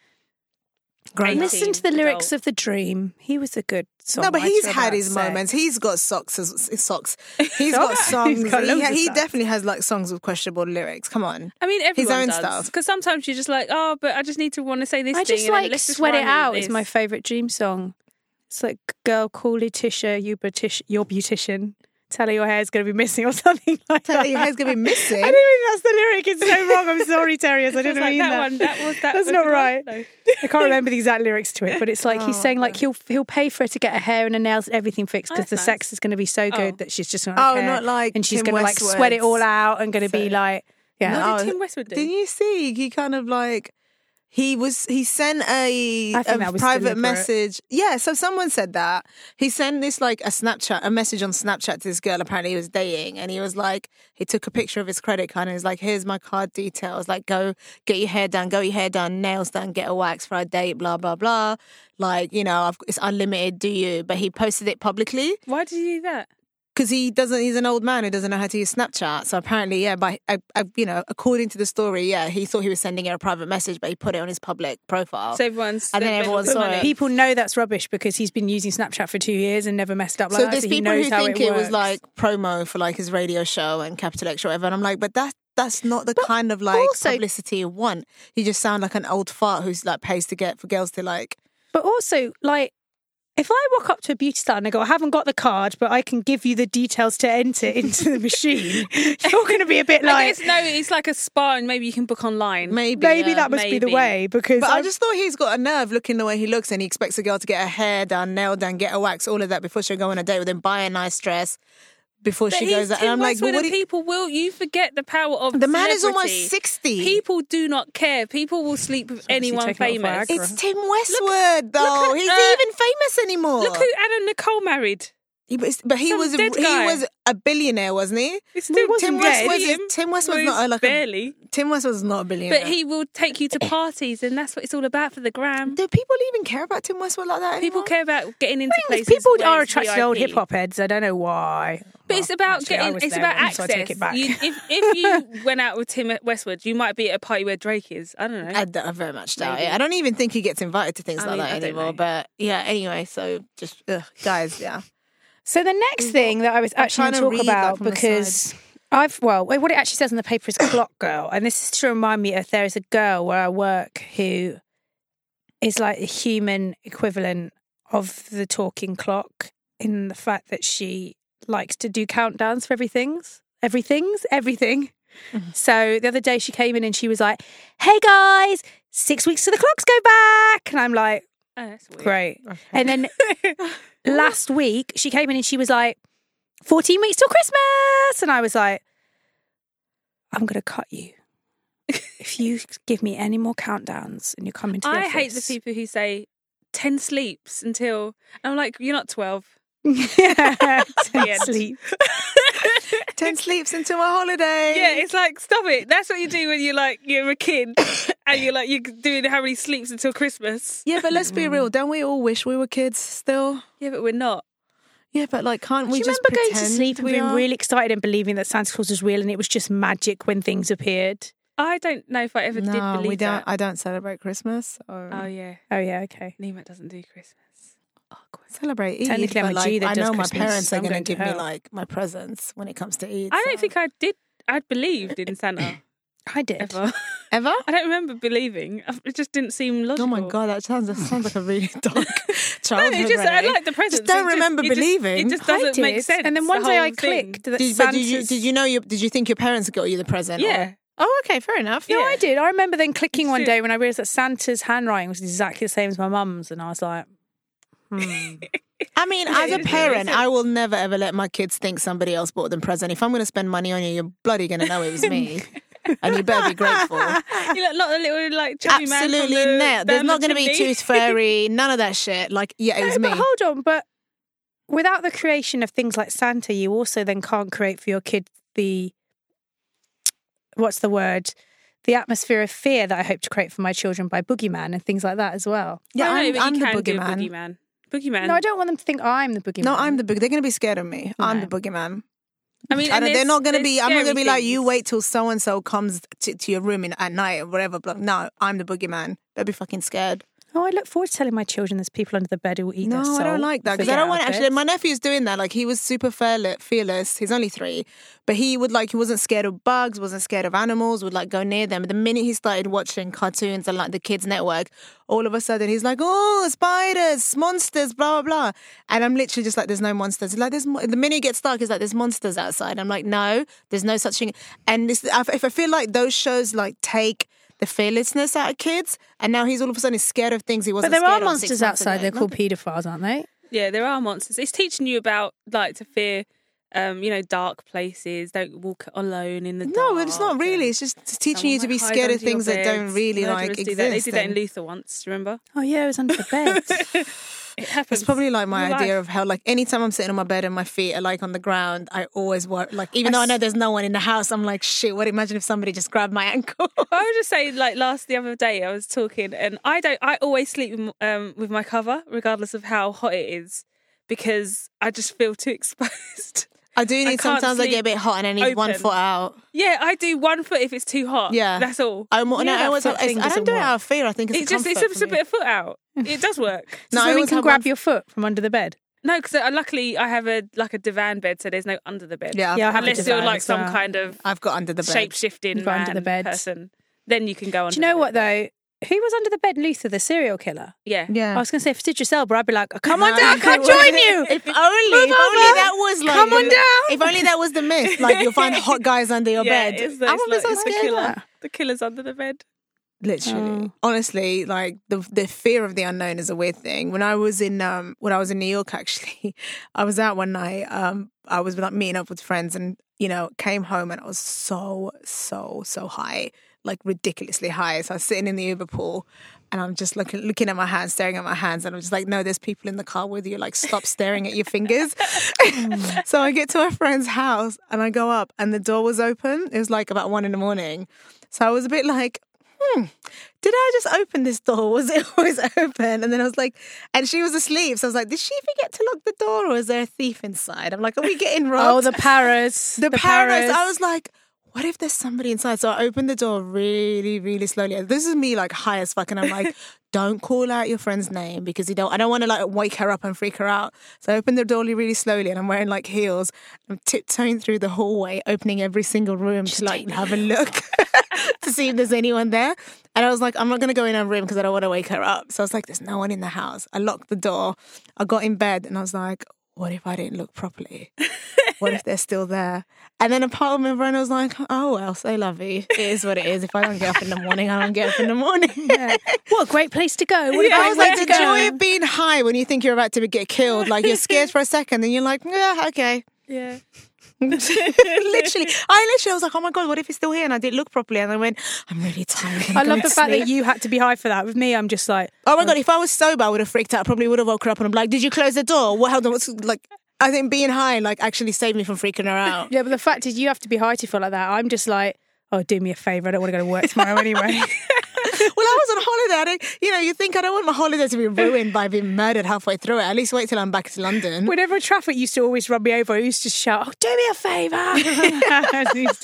Speaker 2: Grown up.
Speaker 4: Listen to the lyrics of the Dream. He was a good song.
Speaker 2: No, but he's had his moments. He's got socks, as, socks.
Speaker 4: [laughs]
Speaker 2: He's got songs.
Speaker 4: got
Speaker 2: he
Speaker 4: loads of
Speaker 2: he
Speaker 4: socks.
Speaker 2: definitely has like songs with questionable lyrics. Come on.
Speaker 3: I mean, everyone
Speaker 2: own
Speaker 3: does.
Speaker 2: stuff.
Speaker 3: Because sometimes you're just like, oh, but I just need to want to say this
Speaker 4: I
Speaker 3: thing.
Speaker 4: just
Speaker 3: and then
Speaker 4: like
Speaker 3: let's just
Speaker 4: sweat it
Speaker 3: rhyme with
Speaker 4: out. Is
Speaker 3: this.
Speaker 4: my favorite Dream song. It's like girl, call Letitia, you beautician, your beautician. Tell her your hair's going to be missing or [laughs] something like
Speaker 2: Tell
Speaker 4: that.
Speaker 2: her your hair's gonna be missing.
Speaker 4: [laughs] I don't think that's the lyric. It's so wrong. I'm sorry, Terriers. I
Speaker 3: It was
Speaker 4: didn't
Speaker 3: like
Speaker 4: mean
Speaker 3: that,
Speaker 4: that.
Speaker 3: one. That was that.
Speaker 4: That's
Speaker 3: was
Speaker 4: not
Speaker 3: the one.
Speaker 4: right.
Speaker 3: No.
Speaker 4: [laughs] I can't remember the exact lyrics to it, but it's like he's
Speaker 2: Oh,
Speaker 4: saying like he'll he'll pay for her to get her hair and her nails and everything fixed because
Speaker 3: That's
Speaker 4: the
Speaker 3: nice.
Speaker 4: sex is going to be so good
Speaker 3: Oh.
Speaker 4: that she's just not.
Speaker 2: Oh,
Speaker 4: care.
Speaker 2: not like
Speaker 4: and she's
Speaker 2: Tim
Speaker 4: gonna like sweat it
Speaker 2: Westwood's.
Speaker 4: all out and going to
Speaker 2: So-
Speaker 4: be like yeah.
Speaker 2: No,
Speaker 3: What did
Speaker 2: Oh,
Speaker 3: Tim Westwood do?
Speaker 2: Didn't you see? He kind of like he was he sent a,
Speaker 4: I think
Speaker 2: a
Speaker 4: that was
Speaker 2: private
Speaker 4: deliberate.
Speaker 2: message. Yeah, so someone said that. He sent this like a Snapchat, a message on Snapchat to this girl apparently he was dating and he was like he took a picture of his credit card and he was like, Here's my card details, like go get your hair done, go your hair done, nails done, get a wax for a date, blah blah blah. Like, you know, I've, it's unlimited, do you? But he posted it publicly
Speaker 3: Why did you do that?
Speaker 2: because he doesn't he's an old man who doesn't know how to use snapchat so apparently yeah by I, I, you know according to the story yeah he thought he was sending her a private message but he put it on his public profile
Speaker 3: So everyone's
Speaker 2: And then
Speaker 3: they've
Speaker 2: everyone
Speaker 3: been
Speaker 2: saw
Speaker 3: on
Speaker 2: it.
Speaker 3: the
Speaker 4: Oh, People know that's rubbish because he's been using Snapchat for two years and never messed up like
Speaker 2: so
Speaker 4: that.
Speaker 2: there's
Speaker 4: so he
Speaker 2: people
Speaker 4: knows
Speaker 2: who
Speaker 4: how
Speaker 2: think
Speaker 4: it,
Speaker 2: it, was
Speaker 4: works.
Speaker 2: like promo for like his radio show and capital x or whatever and i'm like but that that's not the kind of like
Speaker 4: also-
Speaker 2: publicity you want you just sound like an old fart who's like pays to get for girls to like
Speaker 4: But also, like, if I walk up to a beauty salon and I go, I haven't got the card, but I can give you the details to enter
Speaker 2: [laughs]
Speaker 4: into the machine, [laughs] you're going to be a bit
Speaker 3: I
Speaker 4: like,
Speaker 3: guess no, it's like a spa, and maybe you can book online.
Speaker 2: maybe
Speaker 4: maybe
Speaker 2: yeah.
Speaker 4: that must be the
Speaker 3: maybe.
Speaker 4: way because
Speaker 2: but I
Speaker 4: I'm-
Speaker 2: just thought he's got a nerve looking the way he looks, and he expects a girl to get her hair done, nail done, get a wax, all of that before she'll go on a date with him, buy a nice dress before
Speaker 3: But
Speaker 2: she
Speaker 3: he's
Speaker 2: goes. out.
Speaker 3: Tim
Speaker 2: And I'm like,
Speaker 3: Westwood
Speaker 2: but what
Speaker 3: and
Speaker 2: do you,
Speaker 3: people will you forget the power of
Speaker 2: The man is almost
Speaker 3: celebrity.
Speaker 2: 60.
Speaker 3: People do not care. People will sleep with
Speaker 4: obviously
Speaker 3: anyone
Speaker 4: taken off
Speaker 3: famous.
Speaker 4: Viagra.
Speaker 2: It's Tim Westwood, though.
Speaker 3: at,
Speaker 2: He's
Speaker 3: uh,
Speaker 2: even famous anymore.
Speaker 3: Look who Anna Nicole married.
Speaker 2: He was- but he
Speaker 3: some
Speaker 2: was
Speaker 3: dead
Speaker 2: he
Speaker 3: guy.
Speaker 2: was a billionaire, wasn't he?
Speaker 3: It's
Speaker 4: Well, he
Speaker 3: still
Speaker 4: wasn't
Speaker 2: Tim
Speaker 4: dead.
Speaker 2: Westwood's is- Tim Westwood's
Speaker 3: Well,
Speaker 2: not a- like a-
Speaker 3: barely,
Speaker 2: Tim Westwood's not a billionaire.
Speaker 3: but he will take you to parties, and that's what it's all about for the gram.
Speaker 2: do people even care about Tim Westwood like that?
Speaker 3: People
Speaker 2: anymore?
Speaker 3: care about getting into
Speaker 4: Thing is,
Speaker 3: places.
Speaker 4: people
Speaker 3: where
Speaker 4: are
Speaker 3: it's
Speaker 4: attracted to old
Speaker 3: VIP.
Speaker 4: hip hop heads. I don't know why.
Speaker 3: But it's about
Speaker 4: actually, I
Speaker 3: getting.
Speaker 4: was
Speaker 3: It's
Speaker 4: there
Speaker 3: about
Speaker 4: once, so
Speaker 3: access.
Speaker 4: I take it back.
Speaker 3: You, if if
Speaker 4: [laughs]
Speaker 3: you went out with Tim Westwood, you might be at a party where Drake is. I don't know.
Speaker 2: I, d- I very much doubt it. I don't even think he gets invited to things
Speaker 3: I
Speaker 2: like
Speaker 3: mean, I
Speaker 2: that
Speaker 3: don't
Speaker 2: anymore.
Speaker 3: know.
Speaker 2: But yeah, anyway, so just ugh, guys, yeah.
Speaker 4: So the next thing that I was actually
Speaker 2: trying to
Speaker 4: going to
Speaker 2: read
Speaker 4: talk
Speaker 2: that
Speaker 4: about
Speaker 2: from the
Speaker 4: because I've well, what it actually says on the paper is clock girl, and this is to remind me of there is a girl where I work who is like the human equivalent of the talking clock in the fact that she likes to do countdowns for everything's everything's everything. So the other day she came in and she was like, "Hey guys, six weeks to the clocks go back," and I'm like,
Speaker 3: Oh, that's weird.
Speaker 4: Great. And
Speaker 3: [laughs]
Speaker 4: then last week she came in and she was like, 14 weeks till Christmas. And I was like, I'm going to cut you. if you give me any more countdowns and you come into the
Speaker 3: I hate the
Speaker 4: office."
Speaker 3: people who say ten sleeps until I'm like, you're not twelve.
Speaker 4: [laughs]
Speaker 3: [laughs]
Speaker 4: yeah, don't
Speaker 3: end.
Speaker 4: sleep.
Speaker 2: [laughs] Ten sleeps into a holiday.
Speaker 3: [laughs] Yeah, it's like stop it. That's what you do when you're like you're a kid
Speaker 2: [coughs]
Speaker 3: and you're like you're doing how many sleeps until Christmas.
Speaker 2: yeah, but let's be real. Don't we all wish we were kids still?
Speaker 3: Yeah, but we're not.
Speaker 2: Yeah, but like, can't we
Speaker 4: Do you
Speaker 2: just
Speaker 4: remember going to
Speaker 2: pretend
Speaker 4: sleep and
Speaker 2: we
Speaker 4: being
Speaker 2: are?
Speaker 4: really excited and believing that Santa Claus was real and it was just magic when things appeared?
Speaker 3: I don't know if I ever did
Speaker 2: no,
Speaker 3: believe
Speaker 2: we don't.
Speaker 3: that.
Speaker 2: I don't celebrate Christmas. Or
Speaker 3: oh yeah,
Speaker 4: Oh yeah, okay.
Speaker 3: Nima doesn't do Christmas. Awkward.
Speaker 2: Celebrate Eid.
Speaker 4: Technically, I'm
Speaker 2: but,
Speaker 4: a Jew
Speaker 2: like,
Speaker 4: that
Speaker 2: I
Speaker 4: does
Speaker 2: know my
Speaker 4: Christmas,
Speaker 2: parents
Speaker 4: so
Speaker 2: are
Speaker 4: I'm
Speaker 2: going to
Speaker 4: going to
Speaker 2: give me
Speaker 4: hell.
Speaker 2: like my presents when it comes to Eid.
Speaker 3: I don't
Speaker 2: so-
Speaker 3: think I did. I believed
Speaker 2: [coughs]
Speaker 3: in Santa
Speaker 4: I did.
Speaker 3: ever. [laughs]
Speaker 2: ever.
Speaker 3: I don't remember believing. It just didn't seem logical.
Speaker 2: Oh my god, that sounds that sounds like a
Speaker 3: [laughs]
Speaker 2: really dark
Speaker 3: No,
Speaker 2: childhood.
Speaker 3: it's just I
Speaker 2: Renee.
Speaker 3: like the presents.
Speaker 2: don't
Speaker 3: It
Speaker 2: remember
Speaker 3: it
Speaker 2: believing.
Speaker 3: It just
Speaker 4: I
Speaker 3: doesn't make
Speaker 4: did,
Speaker 3: sense.
Speaker 4: And then one
Speaker 3: the
Speaker 4: day
Speaker 3: whole
Speaker 4: I clicked
Speaker 3: thing.
Speaker 4: that
Speaker 2: Did, but
Speaker 4: Santa's.
Speaker 2: did you did you know you did you think your parents got you the present? or- [laughs]
Speaker 3: Yeah.
Speaker 2: Oh, okay, fair enough.
Speaker 4: No, I did. I remember then clicking one
Speaker 3: Shoot.
Speaker 4: day when I realised that Santa's handwriting was exactly the same as my mum's, and I was like, hmm.
Speaker 2: I mean,
Speaker 3: Yeah,
Speaker 2: as
Speaker 3: it
Speaker 2: a
Speaker 3: is, it
Speaker 2: parent,
Speaker 3: is.
Speaker 2: I will never ever let my kids think somebody else bought them present. If I'm going to spend money on you, you're bloody going to know it was
Speaker 3: [laughs]
Speaker 2: me, and you better be grateful.
Speaker 3: You look like a little like chubby
Speaker 2: Absolutely
Speaker 3: man. from the-
Speaker 2: not. There's
Speaker 3: down
Speaker 2: not
Speaker 3: the
Speaker 2: going to be
Speaker 3: chimney.
Speaker 2: tooth fairy, none of that shit. Like, yeah, [laughs] it was
Speaker 4: No,
Speaker 2: me.
Speaker 4: But hold on, but without the creation of things like Santa, you also then can't create for your kid the what's the word? The atmosphere of fear that I hope to create for my children by boogeyman and things like that as well.
Speaker 2: yeah,
Speaker 3: No, no,
Speaker 2: I'm,
Speaker 3: but
Speaker 2: I'm
Speaker 3: you
Speaker 2: the
Speaker 3: can do a
Speaker 2: boogeyman.
Speaker 3: boogeyman. Boogeyman.
Speaker 4: No, I don't want them to think I'm the boogeyman.
Speaker 2: No, I'm the boog. They're going to be scared of me. I'm the
Speaker 4: No.
Speaker 2: boogeyman.
Speaker 3: I mean,
Speaker 2: I
Speaker 3: and
Speaker 2: don't, they're
Speaker 3: there's-
Speaker 2: not going to
Speaker 3: there's
Speaker 2: be. I'm not
Speaker 3: scary
Speaker 2: going to be like you.
Speaker 3: things.
Speaker 2: Wait till so and so comes to, to your room in, at night or whatever. But no, I'm the boogeyman. They'll be fucking scared.
Speaker 4: Oh, I look forward to telling my children there's people under the bed who will eat
Speaker 2: No,
Speaker 4: their soul.
Speaker 2: I don't like that
Speaker 4: for
Speaker 2: because I don't
Speaker 4: their
Speaker 2: want. Actually,
Speaker 4: outfits.
Speaker 2: my nephew's doing that. Like he was super fearle- fearless. He's only three, but he would like he wasn't scared of bugs, wasn't scared of animals. Would like go near them. But the minute he started watching cartoons and like the kids network, all of a sudden he's like, oh, spiders, monsters, blah blah blah. And I'm literally just like, there's no monsters. He's Like there's mo- the minute it gets dark, he's like, there's monsters outside. I'm like, no, there's no such thing. And this, I- if I feel like those shows like take. The fearlessness out of kids, and now he's all of a sudden scared of things he
Speaker 4: But
Speaker 2: wasn't.
Speaker 4: there are
Speaker 2: scared of six
Speaker 4: monsters
Speaker 2: months
Speaker 4: outside.
Speaker 2: ago.
Speaker 4: They're called paedophiles, aren't they?
Speaker 3: Yeah, there are monsters. It's teaching you about like to fear, um, you know, dark places. Don't walk alone in the dark.
Speaker 2: No, but it's not really. It's just it's teaching
Speaker 3: Someone
Speaker 2: you to be
Speaker 3: might hide
Speaker 2: scared of
Speaker 3: under your
Speaker 2: things that don't
Speaker 3: bed.
Speaker 2: really like
Speaker 3: Murderers do
Speaker 2: exist.
Speaker 3: that. They did that in
Speaker 2: and-
Speaker 3: Luther once. Remember?
Speaker 4: Oh yeah, it was under the
Speaker 2: [laughs]
Speaker 4: bed.
Speaker 3: It happens.
Speaker 2: it's probably like my
Speaker 3: Real
Speaker 2: idea
Speaker 3: life.
Speaker 2: of how, like, anytime I'm sitting on my bed and my feet are like on the ground, I always work. Like, even though I know there's no one in the house, I'm like, shit. What? Imagine if somebody just grabbed my [laughs] ankle.
Speaker 3: I was just saying, like last the other day, I was talking, and I don't. I always sleep with m- um, with my cover, regardless of how hot it is, because I just feel too [laughs] exposed.
Speaker 2: I do need
Speaker 3: can't
Speaker 2: sometimes I get a bit hot and I need one
Speaker 3: open.
Speaker 2: foot out.
Speaker 3: yeah, I do one foot if it's too hot.
Speaker 2: Yeah.
Speaker 3: that's all.
Speaker 2: I'm, and
Speaker 4: know
Speaker 2: I
Speaker 4: that
Speaker 2: always
Speaker 4: foot
Speaker 2: have, it's,
Speaker 4: thing
Speaker 2: I don't
Speaker 4: doesn't
Speaker 2: do it
Speaker 4: work.
Speaker 2: out of fear. I think it's
Speaker 3: it just it's,
Speaker 2: comfort
Speaker 3: just
Speaker 2: for
Speaker 3: a
Speaker 2: me.
Speaker 3: bit of foot
Speaker 2: [laughs]
Speaker 3: out. It does work.
Speaker 2: No, I
Speaker 4: so women
Speaker 2: always
Speaker 4: can
Speaker 2: have my-
Speaker 4: grab your foot from under the bed.
Speaker 3: No, because uh, luckily I have a like a divan bed, so there's no under the bed.
Speaker 2: Yeah, I've,
Speaker 4: Yeah, I have a
Speaker 3: unless you're
Speaker 4: divan
Speaker 3: like
Speaker 4: as
Speaker 3: some
Speaker 4: well.
Speaker 3: kind of
Speaker 2: I've got under the bed.
Speaker 3: shape shifting
Speaker 4: You've got under the bed.
Speaker 3: person. Then you can go on.
Speaker 4: Do you know what though? Who was under the bed? Luther, the serial killer.
Speaker 3: Yeah.
Speaker 4: I
Speaker 2: Yeah.
Speaker 4: was going to say, if it's your Elba, I'd be like, "Oh, come on
Speaker 2: No,
Speaker 4: down,
Speaker 2: it [laughs]
Speaker 4: come
Speaker 2: could work.
Speaker 4: join you.
Speaker 2: If only, if only
Speaker 4: Move over.
Speaker 2: that was like.
Speaker 4: Come on
Speaker 2: the-
Speaker 4: down.
Speaker 2: If only that was the myth. Like you'll find hot guys under
Speaker 4: [laughs]
Speaker 2: your
Speaker 3: Yeah,
Speaker 2: bed.
Speaker 3: it's,
Speaker 2: I
Speaker 3: it's
Speaker 2: would be
Speaker 3: like-
Speaker 2: so
Speaker 3: it's the
Speaker 2: scared. of
Speaker 3: killer.
Speaker 2: that.
Speaker 3: The killer's under the bed.
Speaker 2: Literally, honestly, like the the fear of the unknown is a weird thing. When I was in um when I was in New York, [laughs] actually, I was out one night. Um, I was like meeting up with friends, and you know, came home and I was so so so high, like ridiculously high. So I was sitting in the Uber pool, and I'm just looking looking at my hands, staring at my hands, and I'm just like, no, there's people in the car with you. Like, stop staring at your fingers. [laughs] so I get to a friend's house and I go up, and the door was open. It was like about one in the morning, so I was a bit like hmm, did I just open this door? [laughs] Was it always open? And then I was like, and she was asleep. So I was like, did she forget to lock the door or is there a thief inside? I'm like, are we getting
Speaker 4: Oh,
Speaker 2: robbed?
Speaker 4: the Paris.
Speaker 2: the, parrots. I was like, what if there's somebody inside? So I opened the door really, really slowly. This is me like high as fuck, and I'm like, don't call out your friend's name because you don't. I don't want to like wake her up and freak her out. So I opened the door really, really slowly, and I'm wearing like heels. I'm tiptoeing through the hallway, opening every single room to like have a look [laughs] to see if there's anyone there. And I was like, I'm not going to go in her room because I don't want to wake her up. So I was like, there's no one in the house. I locked the door. I got in bed, and I was like, what if I didn't look properly? what if they're still there? And then a part of me brain was like, oh well, so lovey. It is what it is. If I don't get up in the morning, I don't get up in the
Speaker 4: [laughs]
Speaker 2: morning. [laughs]
Speaker 4: What a great place to go. What a
Speaker 2: I
Speaker 4: great
Speaker 2: was
Speaker 4: way
Speaker 2: like,
Speaker 4: to
Speaker 2: the
Speaker 4: go.
Speaker 2: joy of being high when you think you're about to be- get killed. Like you're scared for a second, then you're like, yeah, okay.
Speaker 3: Yeah.
Speaker 2: [laughs] literally, I literally was like, oh my god, what if it's still here? And I didn't look properly, and I went, I'm really tired. I'm
Speaker 4: I love
Speaker 2: going
Speaker 4: the
Speaker 2: to
Speaker 4: fact
Speaker 2: sleep."
Speaker 4: that you had to be high for that. With me, I'm just like,
Speaker 2: [laughs] Oh my god, if I was sober, I would have freaked out. I probably would have woke her up and I'm like, did you close the door? What? Hold on, what's like? I think being high like actually saved me from freaking her out.
Speaker 4: yeah, but the [laughs] fact is, you have to be high to feel like that. I'm just like, oh, do me a favor. I don't want to go to work tomorrow anyway.
Speaker 2: [laughs] I was on holiday. I didn't, you know, you think I don't want my holiday to be ruined by being murdered halfway through it. At least wait till I'm back to London.
Speaker 4: Whenever traffic used to always run me over, I used to shout, "Oh, do me a favour!"
Speaker 2: [laughs]
Speaker 4: I used to, [laughs] used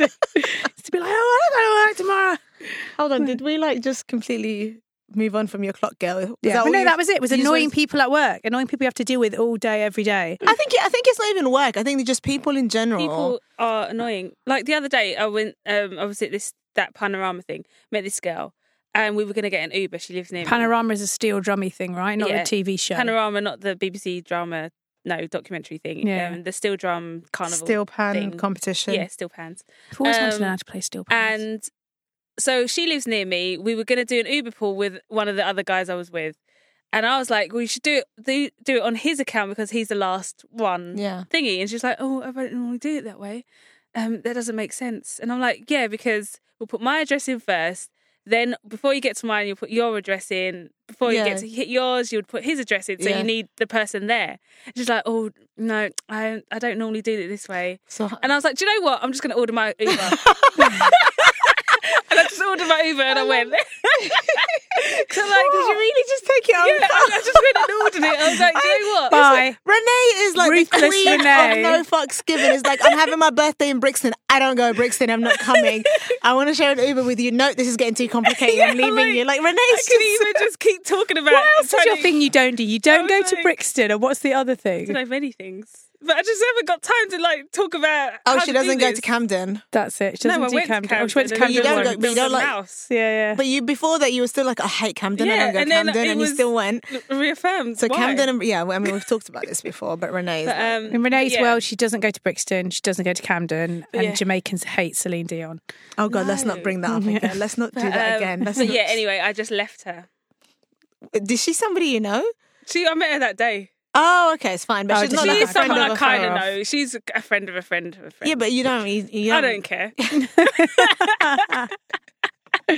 Speaker 4: to be like, "Oh, I'm going to work tomorrow."
Speaker 2: Hold on, [laughs] did we like just completely move on from your clock, girl? Was
Speaker 4: Yeah,
Speaker 2: that
Speaker 4: but
Speaker 2: all
Speaker 4: no,
Speaker 2: you-
Speaker 4: that was it. It was
Speaker 2: you just
Speaker 4: annoying
Speaker 2: wanted-
Speaker 4: people at work, annoying people you have to deal with all day, every day.
Speaker 2: I think I think it's not even work. I think they're just people in general.
Speaker 3: People are annoying. Like the other day, I went. Um, I was at this that panorama thing. Met this girl, and we were going to get an Uber. She lives near me.
Speaker 4: Panorama is a steel drummy thing, right? Not
Speaker 3: Yeah.
Speaker 4: a TV show.
Speaker 3: Panorama, not the BBC drama, no documentary thing.
Speaker 4: Yeah.
Speaker 3: um, the steel drum carnival.
Speaker 2: Steel pan
Speaker 3: thing.
Speaker 2: competition.
Speaker 3: yeah, steel pans.
Speaker 4: I've always wanted to know
Speaker 3: um,
Speaker 4: how to play steel. pans.
Speaker 3: And so she lives near me. We were going to do an Uber pool with one of the other guys I was with, and I was like, "We should do it, do, do it on his account because he's the last one
Speaker 2: Yeah.
Speaker 3: thingy." And she's like, "Oh, I don't normally do it that way. Um, that doesn't make sense." And I'm like, "Yeah, because we'll put my address in first. Then before you get to mine, you'll put your address in. Before you
Speaker 2: Yeah.
Speaker 3: get to hit yours, you would put his address in. So
Speaker 2: Yeah.
Speaker 3: you need the person there." And she's like, "Oh no, I I don't normally do it this way."
Speaker 2: So
Speaker 3: And I was like, do you know what? I'm just going to order my Uber. and I just ordered my Uber and I, went. [laughs] so like,
Speaker 2: did you really just take it
Speaker 3: yeah,
Speaker 2: over?
Speaker 3: I, I just went and ordered it. I was like, do you know what?
Speaker 4: Bye.
Speaker 2: Renee is like the
Speaker 4: Ruthless
Speaker 2: queen
Speaker 4: Renee.
Speaker 2: of no fucks given. It's like I'm having my birthday in Brixton. I don't go to Brixton. I'm not [laughs] coming. I want to share an Uber with you. No, this is getting too complicated. I'm leaving
Speaker 3: like,
Speaker 2: you. Like
Speaker 3: I
Speaker 2: Renee's
Speaker 3: could
Speaker 2: just
Speaker 3: even just keep talking about
Speaker 4: what else is
Speaker 3: trying
Speaker 4: your
Speaker 3: to-
Speaker 4: thing you don't do? You don't
Speaker 3: was
Speaker 4: go to
Speaker 3: like-
Speaker 4: Brixton, and what's the other
Speaker 3: I don't [laughs]
Speaker 4: thing?
Speaker 3: know many things. But I just haven't got time to like talk about.
Speaker 2: Oh,
Speaker 3: how
Speaker 2: she
Speaker 3: to do
Speaker 2: doesn't go
Speaker 3: this.
Speaker 2: to Camden.
Speaker 4: That's it. She
Speaker 3: No,
Speaker 4: doesn't
Speaker 3: I
Speaker 4: do
Speaker 3: went
Speaker 4: Camden.
Speaker 3: to Camden.
Speaker 4: Oh, she went to
Speaker 3: and then
Speaker 2: You
Speaker 4: Camden
Speaker 2: don't
Speaker 4: once.
Speaker 2: go- but you don't
Speaker 3: built a
Speaker 2: like-
Speaker 3: house.
Speaker 4: Yeah, yeah.
Speaker 2: But you before that you were still like "Oh, I hate Camden. I
Speaker 3: Yeah,
Speaker 2: don't go
Speaker 3: and
Speaker 2: to
Speaker 3: then
Speaker 2: Camden,
Speaker 3: it
Speaker 2: and you
Speaker 3: was-
Speaker 2: still went.
Speaker 3: [laughs] Reaffirmed.
Speaker 2: So
Speaker 3: Why?
Speaker 2: Camden, and, yeah. well, I mean, we've talked about this before, but Renee. Is
Speaker 3: But,
Speaker 2: like-
Speaker 3: um,
Speaker 4: In Renee's
Speaker 3: yeah.
Speaker 4: world, she doesn't go to Brixton, she doesn't go to Camden, and
Speaker 3: Yeah.
Speaker 4: Jamaicans hate Celine Dion.
Speaker 2: oh god, let's not bring that up
Speaker 3: [laughs]
Speaker 2: again. Let's not do that
Speaker 3: Um, [laughs]
Speaker 2: again. Let's
Speaker 3: but
Speaker 2: not-
Speaker 3: yeah, anyway, I just left her.
Speaker 2: Did she somebody you know?
Speaker 3: She, I met her that day.
Speaker 2: Oh, okay, it's fine. But
Speaker 4: Oh,
Speaker 2: she's
Speaker 4: did
Speaker 2: not
Speaker 4: she
Speaker 3: She
Speaker 2: like
Speaker 4: is
Speaker 2: a
Speaker 3: is
Speaker 2: friend
Speaker 3: someone
Speaker 2: of
Speaker 3: I
Speaker 2: a
Speaker 3: kind of
Speaker 2: far off.
Speaker 3: know. She's a friend of a friend of a friend.
Speaker 2: Yeah, but um, you don't. You, you
Speaker 3: I
Speaker 2: don't. [laughs]
Speaker 3: don't care.
Speaker 4: Re-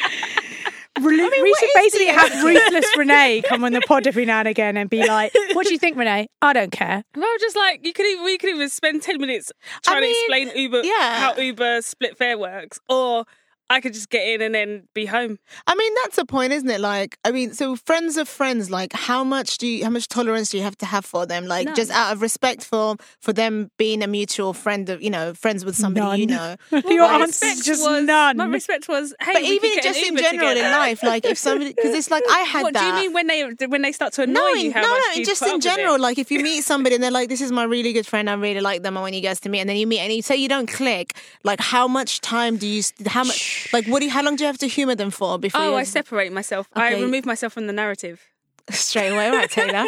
Speaker 4: we should
Speaker 2: is
Speaker 4: basically
Speaker 2: the-
Speaker 4: have ruthless
Speaker 3: [laughs]
Speaker 4: Renee come on the pod every now and again and be like, "What do you think, Renee? I don't care."
Speaker 3: Well, just like you could, even, we could even spend ten minutes trying
Speaker 2: mean,
Speaker 3: to explain Uber,
Speaker 2: yeah.
Speaker 3: how Uber split fare works, or I could just get in and then be home.
Speaker 2: I mean, that's the point, isn't it? Like, I mean, so friends of friends, like, how much do you, how much tolerance do you have to have for them? Like, just out of respect for for them being a mutual friend of, you know, friends with somebody you know.
Speaker 4: None.
Speaker 3: [laughs]
Speaker 4: Your
Speaker 3: My
Speaker 4: answer
Speaker 3: respect
Speaker 4: is just
Speaker 3: was,
Speaker 4: none.
Speaker 3: My respect was, hey,
Speaker 2: But
Speaker 3: we could
Speaker 2: even
Speaker 3: get an
Speaker 2: just in
Speaker 3: Uber
Speaker 2: general in
Speaker 3: together.
Speaker 2: life, like, if somebody, because it's like I had
Speaker 3: What
Speaker 2: that.
Speaker 3: do you mean when they when they start to annoy
Speaker 2: No,
Speaker 3: you?
Speaker 2: in-
Speaker 3: How
Speaker 2: no,
Speaker 3: much
Speaker 2: no.
Speaker 3: do you
Speaker 2: Just
Speaker 3: put up
Speaker 2: in
Speaker 3: with it?
Speaker 2: general, like if you meet somebody and they're like, "This is my really good friend. I really like them," and when you guys to meet, and then you meet, and you say you don't click, like how much time do you? st- How much? Like, what do you? How long do you have to humor them for before?
Speaker 3: Oh,
Speaker 2: you
Speaker 3: I separate myself. I
Speaker 2: Okay.
Speaker 3: remove myself from the narrative.
Speaker 2: [laughs] straight away. All right,
Speaker 3: [laughs]
Speaker 2: Taylor.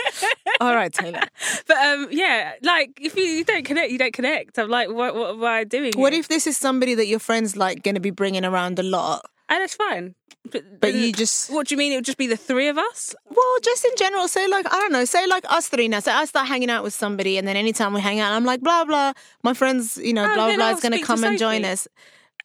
Speaker 2: All right, Taylor.
Speaker 3: But um, yeah, like if you, you don't connect, you don't connect. I'm like, what, what, what am I doing?
Speaker 2: What
Speaker 3: here?
Speaker 2: if this is somebody that your friends like going to be bringing around a lot?
Speaker 3: And it's fine.
Speaker 2: But you just-
Speaker 3: What do you mean? It would just be the three of us?
Speaker 2: Well, just in general, say like I don't know, say like us three now. So I start hanging out with somebody, and then anytime we hang out, I'm like blah blah. My friends, you know,
Speaker 3: Oh,
Speaker 2: blah
Speaker 3: then
Speaker 2: blah
Speaker 3: I'll
Speaker 2: is going to
Speaker 3: speak to
Speaker 2: come and join
Speaker 3: Sophie.
Speaker 2: us.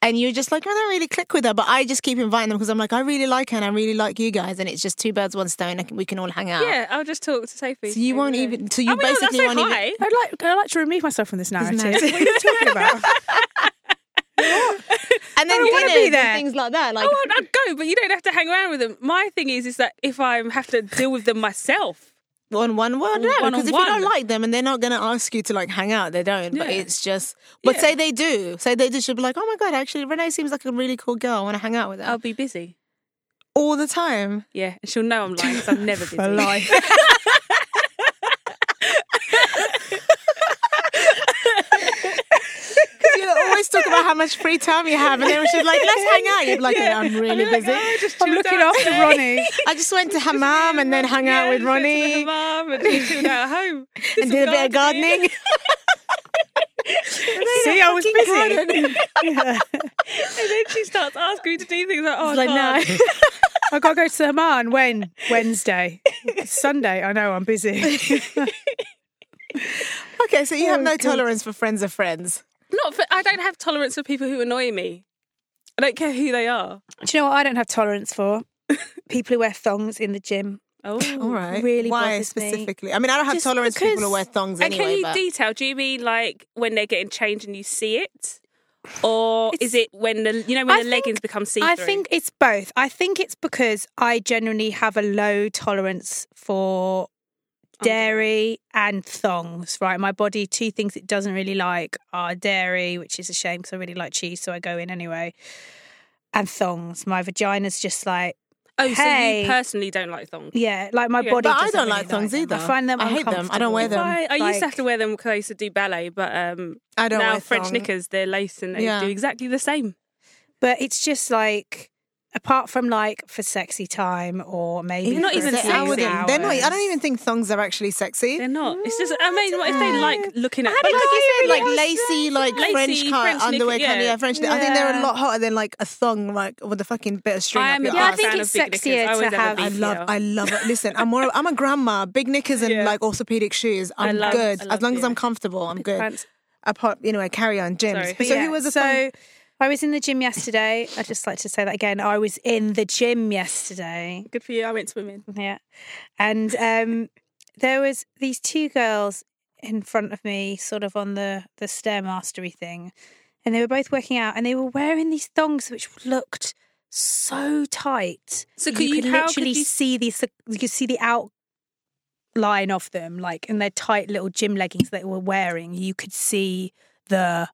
Speaker 2: And you're just like I don't really click with her, but I just keep inviting them because I'm like I really like her and I really like you guys, and it's just two birds one stone. I can, we can all hang out.
Speaker 3: Yeah, I'll just talk to Sophie.
Speaker 2: Ah. So you won't
Speaker 3: Over there.
Speaker 2: even. So you
Speaker 3: oh my God,
Speaker 2: basically
Speaker 3: that's so
Speaker 2: won't
Speaker 3: high.
Speaker 2: even.
Speaker 4: I'd like, I'd like to remove myself from this narrative.
Speaker 2: narrative.
Speaker 4: [laughs] what are you talking about?
Speaker 2: And then
Speaker 4: I don't wanna
Speaker 2: dinners
Speaker 4: be
Speaker 2: and
Speaker 4: there.
Speaker 2: things like that. Like
Speaker 3: Oh, I'd, I'd go, but you don't have to hang around with them. My thing is, is that if I have to deal with them myself,
Speaker 2: one one well no
Speaker 3: One on
Speaker 2: because if you don't
Speaker 3: one.
Speaker 2: like them and they're not going to ask you to like hang out they don't but
Speaker 3: Yeah.
Speaker 2: it's just but
Speaker 3: Yeah.
Speaker 2: say they do say they do she'll be like oh my god actually renee seems like a really cool girl i want to hang out with her
Speaker 3: I'll be busy.
Speaker 2: all the time
Speaker 3: Yeah, and she'll know I'm lying. 'cause I'm never busy. [laughs]
Speaker 4: For [laughs] life.
Speaker 2: you always talk about how much free time you have and then she's like let's hang out you'd be like
Speaker 3: Yeah.
Speaker 2: i'm really
Speaker 3: I'll be like,
Speaker 2: busy
Speaker 3: "Oh, I just
Speaker 4: I'm
Speaker 3: chilled
Speaker 4: looking
Speaker 3: out
Speaker 4: after
Speaker 3: today."
Speaker 4: [laughs] Ronnie.
Speaker 2: i just went to hammam and
Speaker 3: [laughs]
Speaker 2: then hung out
Speaker 3: Yeah,
Speaker 2: with
Speaker 3: just went to
Speaker 2: ronnie
Speaker 3: the hammam and just chilled out at home.
Speaker 2: and did a bit of
Speaker 3: [laughs]
Speaker 2: gardening
Speaker 4: See, I was busy. [laughs]
Speaker 3: And then she starts asking me to do things like, oh, I
Speaker 2: like
Speaker 3: can't.
Speaker 4: [laughs]
Speaker 2: no
Speaker 4: I gotta go to Amman when Wednesday, It's Sunday. I know I'm [laughs] busy.
Speaker 2: okay so you have
Speaker 3: Oh,
Speaker 2: no tolerance for friends of friends
Speaker 3: Not for, I don't have tolerance for people who annoy me. I don't care who they are.
Speaker 4: Do you know what I don't have tolerance for? People who wear thongs in the gym.
Speaker 3: Oh,
Speaker 2: all right
Speaker 4: Really
Speaker 2: why
Speaker 4: bothers me.
Speaker 2: specifically i mean i don't have
Speaker 4: Just
Speaker 2: tolerance for people who
Speaker 4: because-
Speaker 2: wear thongs
Speaker 3: And
Speaker 2: anyway
Speaker 3: can you
Speaker 2: but
Speaker 3: detail? Do you mean like when they're getting changed and you see it, or is it when the you know when
Speaker 4: I
Speaker 3: the
Speaker 4: think-
Speaker 3: leggings become see through?
Speaker 4: I think it's both. I think it's because I generally have a low tolerance for dairy and thongs, right? My body, two things it doesn't really like are dairy, which is a shame because I really like cheese, so I go in anyway, and thongs. My vagina's just like,
Speaker 3: oh,
Speaker 4: hey.
Speaker 3: so you personally don't like thongs.
Speaker 4: yeah, like my
Speaker 3: Yeah,
Speaker 4: body.
Speaker 2: but I
Speaker 4: doesn't
Speaker 2: don't
Speaker 4: really
Speaker 2: like thongs either.
Speaker 4: I find them
Speaker 2: I hate them. I don't wear
Speaker 4: uncomfortable.
Speaker 2: them.
Speaker 3: I, I used to have to
Speaker 4: Like-
Speaker 3: wear them because I used to do ballet, but um,
Speaker 2: I don't
Speaker 3: now
Speaker 2: wear
Speaker 3: French
Speaker 2: thong.
Speaker 3: knickers they're lace and they
Speaker 2: Yeah.
Speaker 3: do exactly the same.
Speaker 4: But it's just like, apart from like for sexy time or maybe
Speaker 3: They're not
Speaker 4: for
Speaker 3: even
Speaker 4: a
Speaker 2: They-
Speaker 4: few
Speaker 2: I
Speaker 3: sexy.
Speaker 2: wouldn't. They're not. I
Speaker 4: hours.
Speaker 2: don't even think thongs are actually sexy.
Speaker 3: They're not. It's just I mean, what if they like looking at?
Speaker 4: I had
Speaker 3: but
Speaker 4: a
Speaker 3: like
Speaker 4: guy-
Speaker 3: you
Speaker 2: It's
Speaker 4: really
Speaker 2: like lacy, like
Speaker 3: Lacy,
Speaker 2: French cut
Speaker 3: French
Speaker 2: underwear
Speaker 3: knicker-
Speaker 2: kind of
Speaker 3: yeah.
Speaker 2: yeah, French. I think they're a
Speaker 4: Yeah.
Speaker 2: lot hotter than like a thong, like with a fucking bit of
Speaker 3: said,
Speaker 2: string.
Speaker 3: I
Speaker 2: up
Speaker 3: am a
Speaker 2: your
Speaker 3: big
Speaker 4: Yeah, I
Speaker 2: arse.
Speaker 4: think
Speaker 3: fan
Speaker 4: it's
Speaker 3: of big knickers.
Speaker 4: sexier
Speaker 3: I always
Speaker 4: to
Speaker 3: have. a
Speaker 2: I
Speaker 3: big
Speaker 2: love,
Speaker 3: heel.
Speaker 2: I love it. Listen, I'm more, I'm a grandma. Big knickers and
Speaker 3: Yeah.
Speaker 2: like orthopedic shoes. I'm
Speaker 3: love-
Speaker 2: good
Speaker 3: I
Speaker 2: as
Speaker 3: love
Speaker 2: long as
Speaker 3: it.
Speaker 2: I'm comfortable. I'm good.
Speaker 4: pants.
Speaker 2: Apart, you know, carry on, gyms.
Speaker 3: Sorry.
Speaker 2: But
Speaker 4: But
Speaker 2: so
Speaker 4: yeah,
Speaker 2: who was a
Speaker 4: so
Speaker 2: thong-
Speaker 4: I was in the gym yesterday. I just like to say that again. I was in the gym yesterday.
Speaker 3: Good for you. I went swimming.
Speaker 4: Yeah. And um there was these two girls in front of me, sort of on the the stairmastery thing. And they were both working out and they were wearing these thongs which looked so tight.
Speaker 3: So
Speaker 4: that
Speaker 3: could
Speaker 4: you
Speaker 3: you-
Speaker 4: could
Speaker 3: how could
Speaker 4: literally
Speaker 3: you-
Speaker 4: see these you could see the outline of them, like in their tight little gym leggings that they were wearing, you could see the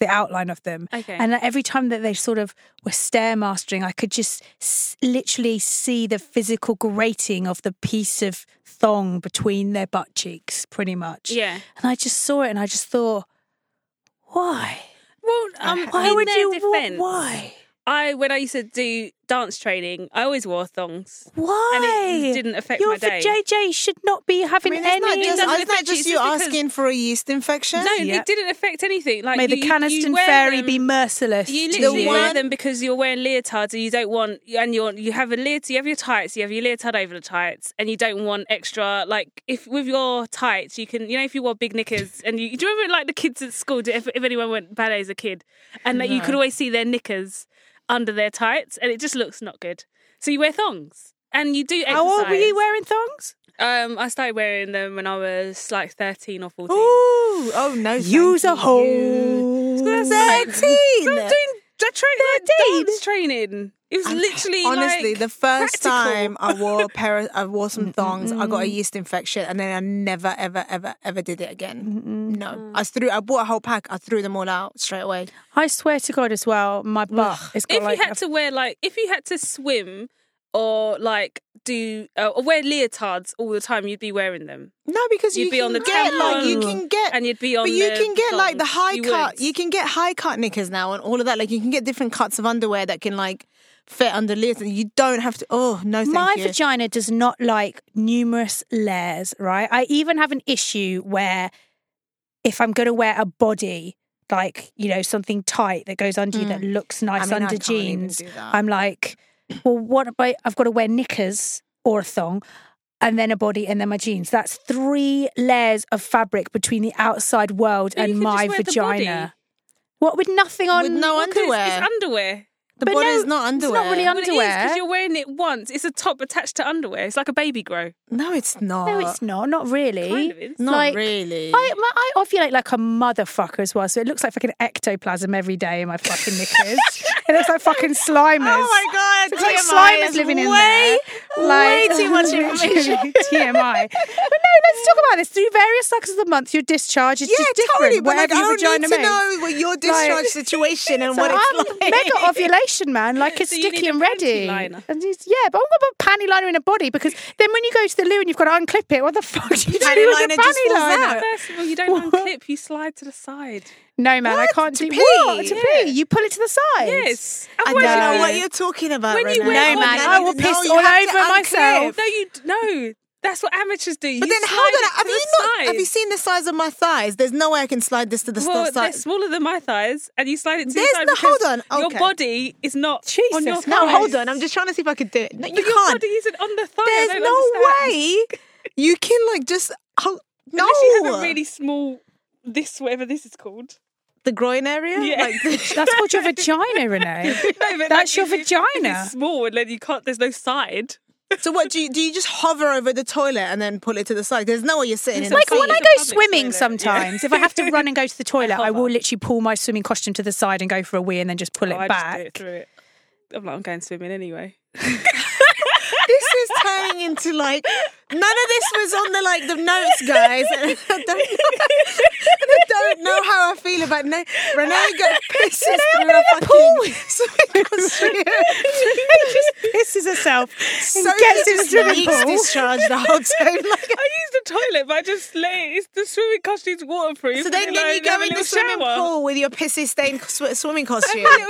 Speaker 4: the outline of them.
Speaker 3: Okay.
Speaker 4: And every time that they sort of were stairmastering, I could just s- literally see the physical grating of the piece of thong between their butt cheeks, pretty much.
Speaker 3: yeah.
Speaker 4: And I just saw it and I just thought, why?
Speaker 3: Well, um,
Speaker 4: Why
Speaker 3: in
Speaker 4: would
Speaker 3: their
Speaker 4: you? wa-
Speaker 3: Defense,
Speaker 4: Why?
Speaker 3: I when I used to do dance training, I always wore thongs.
Speaker 4: Why?
Speaker 3: didn't affect
Speaker 4: Your
Speaker 3: my day.
Speaker 4: JJ should not be
Speaker 2: I
Speaker 4: having
Speaker 2: mean, it's
Speaker 4: any.
Speaker 2: not just,
Speaker 3: doesn't
Speaker 2: it's not
Speaker 3: affect you,
Speaker 2: just
Speaker 3: it's
Speaker 2: you
Speaker 3: just because-
Speaker 2: asking for a yeast infection.
Speaker 3: No,
Speaker 4: Yeah.
Speaker 3: it didn't affect anything. Like
Speaker 4: May the
Speaker 3: you- you
Speaker 4: Caniston
Speaker 3: wear
Speaker 4: fairy
Speaker 3: them-
Speaker 4: be merciless.
Speaker 3: You
Speaker 4: to
Speaker 3: literally
Speaker 4: you.
Speaker 3: wear them because you're wearing leotards and you don't want and you're you have a leotard you have your tights, you have your leotard over the tights, and you don't want extra like if with your tights you can you know if you wore big knickers and you do you remember like the kids at school did- if, if anyone went ballet as a kid and that you could always see their knickers under their tights and it just looks not good. So you wear thongs. And you do exercise.
Speaker 4: How old were you wearing thongs?
Speaker 3: Um, I started wearing them when I was like 13 or 14.
Speaker 2: Ooh, oh no.
Speaker 4: Use a
Speaker 2: whole
Speaker 4: [laughs] hole.
Speaker 2: Thirteen.
Speaker 3: I trained like dance training. It was
Speaker 2: I'm-
Speaker 3: literally
Speaker 2: honestly
Speaker 3: like,
Speaker 2: the first
Speaker 3: practical.
Speaker 2: time I wore a pair of, I wore some thongs, I got a yeast infection, and then I never, ever, ever, ever did it again. No, I threw. I bought a whole pack. I threw them all out straight away.
Speaker 4: I swear to God, as well, my butt is got
Speaker 3: if
Speaker 4: like
Speaker 3: you had
Speaker 4: a-
Speaker 3: to wear like if you had to swim or like do uh, or wear leotards all the time, you'd be wearing them.
Speaker 2: No, because
Speaker 3: You'd
Speaker 2: you
Speaker 3: be
Speaker 2: can
Speaker 3: on the
Speaker 2: get like you
Speaker 3: tampon
Speaker 2: can get
Speaker 3: and you'd be on
Speaker 2: but you
Speaker 3: the
Speaker 2: can get like the
Speaker 3: thongs.
Speaker 2: high
Speaker 3: You
Speaker 2: cut.
Speaker 3: would.
Speaker 2: You can get high cut knickers now and all of that. Like you can get different cuts of underwear that can like fit under layers, and you don't have to. Oh no, thank
Speaker 4: my
Speaker 2: you.
Speaker 4: vagina does not like numerous layers, right? I even have an issue where if I'm going to wear a body, like, you know, something tight that goes under you that looks nice
Speaker 2: mean, I
Speaker 4: under
Speaker 2: can't even
Speaker 4: jeans,
Speaker 2: do that.
Speaker 4: I'm like, well, what about I've got to wear knickers or a thong and then a body and then my jeans. That's three layers of fabric between the outside world
Speaker 3: But you can
Speaker 4: and
Speaker 3: just
Speaker 4: my
Speaker 3: wear the
Speaker 4: vagina. What with nothing on?
Speaker 2: With no
Speaker 4: what could-
Speaker 3: It's,
Speaker 2: underwear.
Speaker 3: it's underwear.
Speaker 2: the
Speaker 4: but
Speaker 2: body
Speaker 4: no,
Speaker 2: is not
Speaker 4: it's not
Speaker 2: underwear.
Speaker 4: really un- Underwear.
Speaker 3: because you're wearing it once. It's a top attached to underwear. It's like a baby grow.
Speaker 2: no, it's not.
Speaker 4: No, it's not. Not really.
Speaker 3: Kind of is.
Speaker 2: not
Speaker 4: like,
Speaker 2: really.
Speaker 4: I, my, I ovulate like a motherfucker as well, so it looks like fucking ectoplasm every day in my fucking knickers. it looks like fucking slimers.
Speaker 2: [laughs] Oh my god!
Speaker 4: It's like
Speaker 2: TMI
Speaker 4: slime is
Speaker 2: is
Speaker 4: living in
Speaker 2: way,
Speaker 4: there. Like,
Speaker 2: way too much information.
Speaker 4: [laughs] literally, TMI. But no, let's talk about this. Through various cycles of the month, your discharge is just different.
Speaker 2: But like,
Speaker 4: whatever
Speaker 2: I
Speaker 4: your
Speaker 2: don't
Speaker 4: vagina
Speaker 2: need to
Speaker 4: makes.
Speaker 2: know what your discharge situation and
Speaker 4: So
Speaker 2: what
Speaker 4: I'm
Speaker 2: it's like.
Speaker 4: mega ovulation, man.
Speaker 2: [laughs]
Speaker 4: Like it's
Speaker 3: So you need
Speaker 4: sticky
Speaker 3: a
Speaker 4: and
Speaker 3: panty
Speaker 4: ready.
Speaker 3: liner.
Speaker 4: And it's- yeah, but I'm gonna put a panty liner in a body because then when you go to the loo and you've got to unclip it, what the fuck do you
Speaker 2: Panty
Speaker 4: do with
Speaker 2: liner
Speaker 4: a
Speaker 2: just
Speaker 4: panty
Speaker 2: falls
Speaker 4: liner?
Speaker 2: out.
Speaker 3: First of all,
Speaker 2: [laughs]
Speaker 3: you don't unclip. You slide to the side.
Speaker 4: No, man, I
Speaker 2: What?
Speaker 4: can't
Speaker 2: To
Speaker 4: do
Speaker 2: pee?
Speaker 4: What? To
Speaker 2: Yeah.
Speaker 4: pee? You pull it to the side.
Speaker 3: Yes.
Speaker 2: I don't
Speaker 3: Otherwise
Speaker 4: don't
Speaker 3: you-
Speaker 2: know
Speaker 4: know.
Speaker 2: what you're talking about.
Speaker 3: When you
Speaker 2: Renee.
Speaker 3: wear No, man,
Speaker 2: No,
Speaker 3: I
Speaker 2: you-
Speaker 3: will
Speaker 2: no,
Speaker 4: piss
Speaker 2: you
Speaker 4: all
Speaker 2: have to
Speaker 4: over
Speaker 2: unclip.
Speaker 4: myself.
Speaker 3: No, you no. That's what amateurs do.
Speaker 2: But
Speaker 3: you
Speaker 2: then, hold
Speaker 3: slide
Speaker 2: on.
Speaker 3: it
Speaker 2: Have
Speaker 3: to
Speaker 2: you
Speaker 3: the
Speaker 2: not? Have you
Speaker 3: side.
Speaker 2: seen the size of my thighs? There's no way I can slide this to the
Speaker 3: Well,
Speaker 2: side.
Speaker 3: they're smaller than my thighs, and you slide it to
Speaker 2: There's
Speaker 3: the side.
Speaker 2: no-
Speaker 3: because
Speaker 2: hold on, okay.
Speaker 3: Your body is not
Speaker 4: Jesus,
Speaker 3: on your
Speaker 4: no,
Speaker 2: No,
Speaker 3: thighs.
Speaker 2: hold on. I'm just trying to see if I could do it. No, you
Speaker 3: Your
Speaker 2: can't.
Speaker 3: body isn't on the thigh. I
Speaker 2: There's
Speaker 3: don't
Speaker 2: no
Speaker 3: understand.
Speaker 2: way you can like just. hold- No,
Speaker 3: Unless you have a really small this whatever this
Speaker 2: [laughs]
Speaker 3: is called.
Speaker 2: the groin area.
Speaker 3: Yeah.
Speaker 2: Like, [laughs]
Speaker 4: That's called your vagina, Renee.
Speaker 3: No, but
Speaker 4: That's your
Speaker 3: if it- if
Speaker 4: vagina.
Speaker 3: It's small, and then you can't. There's no side.
Speaker 2: So what do you do? You just hover over the toilet and then pull it to the side. There's no way you're sitting. in
Speaker 4: Like
Speaker 2: the
Speaker 4: when I
Speaker 2: seat.
Speaker 4: go
Speaker 3: public
Speaker 4: swimming
Speaker 3: toilet,
Speaker 4: sometimes, if I
Speaker 2: [laughs]
Speaker 4: have to run and go to the toilet, I will literally pull my swimming costume to the side and go for a wee and then just
Speaker 2: Oh,
Speaker 4: pull it
Speaker 3: Oh, I just
Speaker 4: back.
Speaker 3: do it
Speaker 4: [laughs]
Speaker 3: through it. I'm like, I'm going swimming anyway.
Speaker 2: This is turning into like none of this was on the like the notes, guys. [laughs] I don't know, I don't know how I feel about no. Renee got pisses through a fucking swimming costume.
Speaker 4: This is herself.
Speaker 2: [laughs] [laughs] So
Speaker 4: gets in
Speaker 2: just
Speaker 4: swimming
Speaker 2: leaks
Speaker 4: pool.
Speaker 2: discharge the whole time. Like,
Speaker 3: [laughs] I use the toilet, but I just lay it. It's the swimming costume's waterproof.
Speaker 2: so then,
Speaker 3: and
Speaker 2: then
Speaker 3: I
Speaker 2: you
Speaker 3: have
Speaker 2: go
Speaker 3: a
Speaker 2: in the
Speaker 3: little
Speaker 2: swimming
Speaker 3: shower.
Speaker 2: pool with your pissy stained sw- swimming
Speaker 3: I
Speaker 2: costume.
Speaker 3: have a little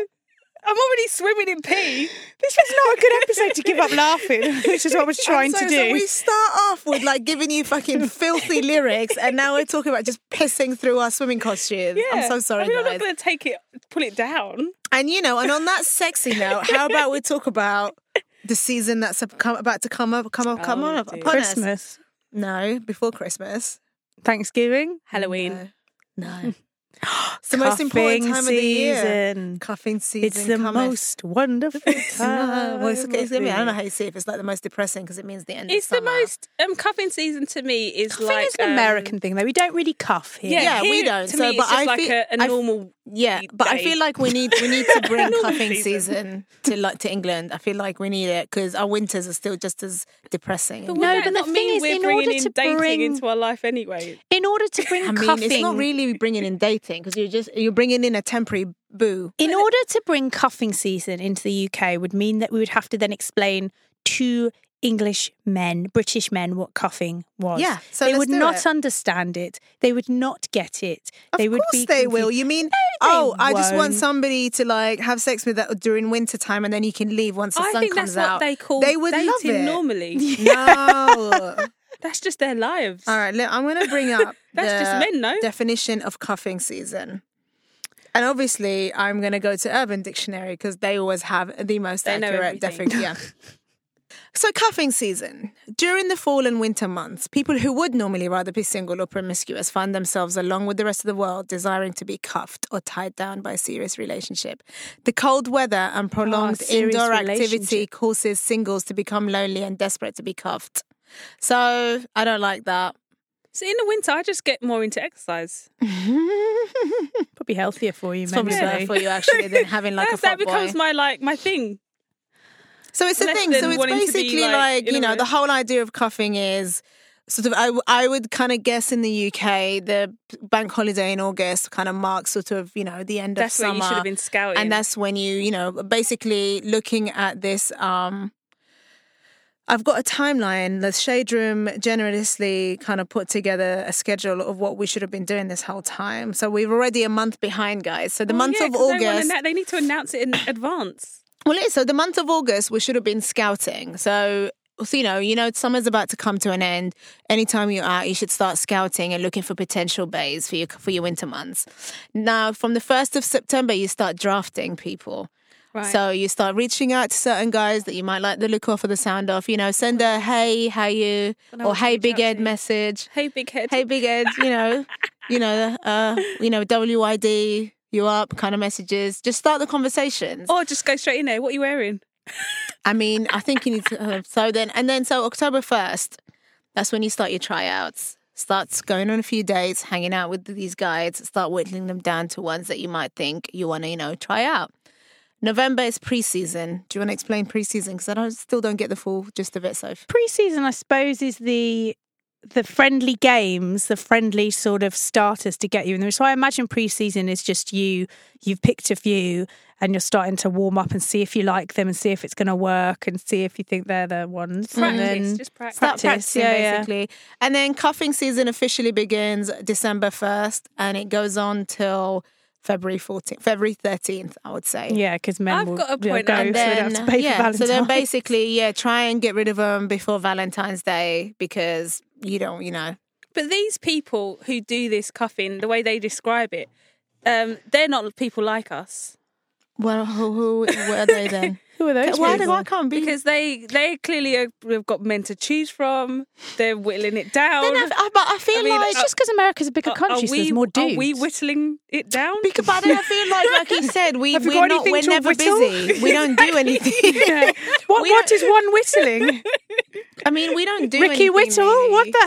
Speaker 3: shower.
Speaker 2: [laughs]
Speaker 3: I'm already swimming in pee.
Speaker 4: This was not a good episode to give up laughing, [laughs] which is what I was
Speaker 2: [laughs]
Speaker 4: trying
Speaker 2: so, so
Speaker 4: to do.
Speaker 2: we start off with like giving you
Speaker 3: [laughs]
Speaker 2: fucking filthy lyrics, and now we're talking about just pissing through our swimming costumes. I'm
Speaker 3: Yeah.
Speaker 2: so sorry,
Speaker 3: I mean, I'm
Speaker 2: guys.
Speaker 3: not going to take it, pull it down.
Speaker 2: And you know, and on
Speaker 3: [laughs]
Speaker 2: that sexy note, how about we talk about the season that's up- come, about to come up, come up, come
Speaker 3: Oh,
Speaker 2: on up
Speaker 3: dear.
Speaker 2: upon us?
Speaker 4: Christmas,
Speaker 2: No, before Christmas.
Speaker 4: Thanksgiving,
Speaker 3: Halloween.
Speaker 2: No, it's the most important
Speaker 4: cuffing
Speaker 2: time of the year.
Speaker 4: season.
Speaker 2: Cuffing season.
Speaker 4: It's the
Speaker 2: cometh.
Speaker 4: most wonderful
Speaker 2: No,
Speaker 4: time.
Speaker 2: well, it's, it's
Speaker 4: of
Speaker 2: gonna be. I don't know
Speaker 4: the
Speaker 2: how you see it. If it's like the most depressing because it means the end.
Speaker 3: uh, It's
Speaker 2: of
Speaker 3: the
Speaker 2: summer.
Speaker 3: most um, cuffing season to me is
Speaker 4: I
Speaker 3: like
Speaker 4: think it's an
Speaker 3: um,
Speaker 4: American thing though. We don't really cuff here.
Speaker 3: Yeah,
Speaker 2: Yeah, we
Speaker 3: here,
Speaker 2: don't.
Speaker 3: To
Speaker 2: So,
Speaker 3: me,
Speaker 2: but
Speaker 3: it's just
Speaker 2: I
Speaker 3: like
Speaker 2: feel-
Speaker 3: a, a
Speaker 2: I f-
Speaker 3: normal.
Speaker 2: Yeah, but I
Speaker 3: day.
Speaker 2: feel like we need we need [laughs] to bring
Speaker 3: Normal
Speaker 2: cuffing season.
Speaker 3: season.
Speaker 2: to like to England. I feel like we need it because our winters are still just as depressing.
Speaker 3: But
Speaker 4: No,
Speaker 3: would that
Speaker 4: but the
Speaker 3: not
Speaker 4: thing
Speaker 3: mean
Speaker 4: is,
Speaker 3: we're
Speaker 4: in
Speaker 3: bringing
Speaker 4: order
Speaker 3: in
Speaker 4: to
Speaker 3: dating
Speaker 4: bring-
Speaker 3: into our life anyway.
Speaker 4: In order to
Speaker 2: [laughs]
Speaker 4: bring
Speaker 2: I mean,
Speaker 4: cuffing,
Speaker 2: it's not really bringing in dating because you're just you're bringing in a temporary boo. [laughs]
Speaker 4: in order to bring cuffing season into the UK would mean that we would have to then explain to English men, British men, what cuffing was.
Speaker 2: Yeah, so
Speaker 4: they
Speaker 2: let's
Speaker 4: would
Speaker 2: do
Speaker 4: not
Speaker 2: it.
Speaker 4: understand it. They would not get it.
Speaker 2: Of
Speaker 4: they would
Speaker 2: course
Speaker 4: be
Speaker 2: they
Speaker 4: confused.
Speaker 2: will. You mean
Speaker 4: they
Speaker 2: oh, I just want
Speaker 4: won't.
Speaker 2: somebody to like have sex with that during winter time and then you can leave once the
Speaker 3: I
Speaker 2: sun
Speaker 3: think
Speaker 2: comes
Speaker 3: that's what
Speaker 2: out.
Speaker 3: they call
Speaker 2: they would
Speaker 3: dating
Speaker 2: love it.
Speaker 3: normally.
Speaker 2: [laughs] No.
Speaker 3: That's just their lives.
Speaker 2: All right, look, I'm going to bring up
Speaker 3: [laughs] That's
Speaker 2: the
Speaker 3: just men, no?
Speaker 2: definition of cuffing season. And obviously, I'm going to go to Urban Dictionary because they always have the most
Speaker 3: They know
Speaker 2: accurate
Speaker 3: everything.
Speaker 2: definition. Yeah.
Speaker 3: [laughs]
Speaker 2: So, cuffing season. During the fall and winter months, people who would normally rather be single or promiscuous find themselves, along with the rest of the world, desiring to be cuffed or tied down by a serious relationship. The cold weather
Speaker 3: Ah,
Speaker 2: and prolonged
Speaker 4: serious
Speaker 2: indoor activity
Speaker 4: relationship.
Speaker 2: causes singles to become lonely and desperate to be cuffed. So, I don't like that.
Speaker 3: So in the winter, I just get more into exercise.
Speaker 4: Probably healthier for you,
Speaker 2: Probably better [laughs]
Speaker 4: mentally.
Speaker 2: for you actually than having like a
Speaker 3: That's-
Speaker 2: fat
Speaker 3: that becomes
Speaker 2: boy.
Speaker 3: my like my thing.
Speaker 2: so it's the
Speaker 3: less
Speaker 2: thing. So
Speaker 3: than
Speaker 2: it's
Speaker 3: wanting to be,
Speaker 2: basically
Speaker 3: like,
Speaker 2: like,
Speaker 3: in
Speaker 2: you
Speaker 3: a
Speaker 2: know
Speaker 3: room.
Speaker 2: the whole idea of cuffing is sort of I w- I would kind of guess in the UK the bank holiday in August kind of marks sort of you know the end
Speaker 3: That's
Speaker 2: of
Speaker 3: where
Speaker 2: summer
Speaker 3: you should have been scouting.
Speaker 2: and that's when you you know basically looking at this um I've got a timeline. The Shade Room generously kind of put together a schedule of what we should have been doing this whole time. So we're already a month behind, guys. So the
Speaker 3: Well,
Speaker 2: month
Speaker 3: Oh, yeah,
Speaker 2: of
Speaker 3: 'cause they wanna
Speaker 2: August.
Speaker 3: annou- they need to announce it in advance.
Speaker 2: Well, it is. So the month of August, we should have been scouting. So, so you know, you know, summer's about to come to an end. Anytime you're out, you should start scouting and looking for potential bays for your for your winter months. Now, from the first of September, you start drafting people.
Speaker 3: Right.
Speaker 2: So you start reaching out to certain guys that you might like the look of or the sound of. You know, send a hey, how you, or
Speaker 3: want to
Speaker 2: hey,
Speaker 3: reach
Speaker 2: big
Speaker 3: out
Speaker 2: Ed
Speaker 3: to you.
Speaker 2: message.
Speaker 3: hey, big head.
Speaker 2: Hey, big Ed, you know, you know, uh, you know, WID, you up, kind of messages. Just start the conversations.
Speaker 3: Or just go straight in there. What are you wearing?
Speaker 2: I mean, I think you need to. Uh, so then, and then, so October 1st, that's when you start your tryouts. Starts going on a few dates, hanging out with these guys, start whittling them down to ones that you might think you want to, you know, try out. November is preseason. Do you want to explain preseason? Because I don't, still don't get the full gist of it, Soph.
Speaker 4: Pre-season, I suppose, is the the friendly games, the friendly sort of starters to get you in there. So I imagine pre-season is just you. You've picked a few, and you're starting to warm up and see if you like them, and see if it's going to work, and see if you think they're the ones. And then-
Speaker 3: Practice. Just practice.
Speaker 2: Start
Speaker 4: practice,
Speaker 2: practicing,
Speaker 4: yeah, yeah.
Speaker 2: basically. And then cuffing season officially begins December 1st and it goes on till February 14th, February 13th, I would say.
Speaker 4: Yeah, because men
Speaker 3: I've
Speaker 4: will
Speaker 3: got a
Speaker 4: yeah,
Speaker 3: point
Speaker 4: go
Speaker 3: now.
Speaker 4: so
Speaker 3: And
Speaker 4: they don't have to pay
Speaker 2: yeah,
Speaker 4: for
Speaker 2: so then
Speaker 4: Valentine's.
Speaker 2: basically, yeah, try and get rid of them before Valentine's Day because you don't, you know.
Speaker 3: But these people who do this cuffing, the way they describe it, um, they're not people like us.
Speaker 2: Well, who, who were they then?
Speaker 4: [laughs] Who are
Speaker 2: [laughs]
Speaker 4: those?
Speaker 2: Why, do
Speaker 4: people?
Speaker 2: I can't be?
Speaker 3: because they they clearly are- have got men to choose from. They're whittling it down.
Speaker 2: then I, I, but I uh, feel
Speaker 3: I mean,
Speaker 2: like
Speaker 4: Oh, It's just because America's a bigger
Speaker 3: Are- are
Speaker 4: country, so
Speaker 3: we-
Speaker 4: there's more dudes.
Speaker 3: Are we whittling it down?
Speaker 2: Because but then I feel like, like you said, we
Speaker 3: [laughs] Have you
Speaker 2: we're
Speaker 3: got
Speaker 2: not
Speaker 3: anything
Speaker 2: we're
Speaker 3: to
Speaker 2: never
Speaker 3: whittle?
Speaker 2: busy. We don't
Speaker 3: [laughs]
Speaker 2: do anything. [laughs]
Speaker 4: Yeah. [laughs] What,
Speaker 2: We
Speaker 4: what
Speaker 2: don't-
Speaker 4: is one whistling?
Speaker 2: I mean, we don't do
Speaker 4: Ricky
Speaker 2: anything.
Speaker 4: Whittle?
Speaker 2: really.
Speaker 4: What the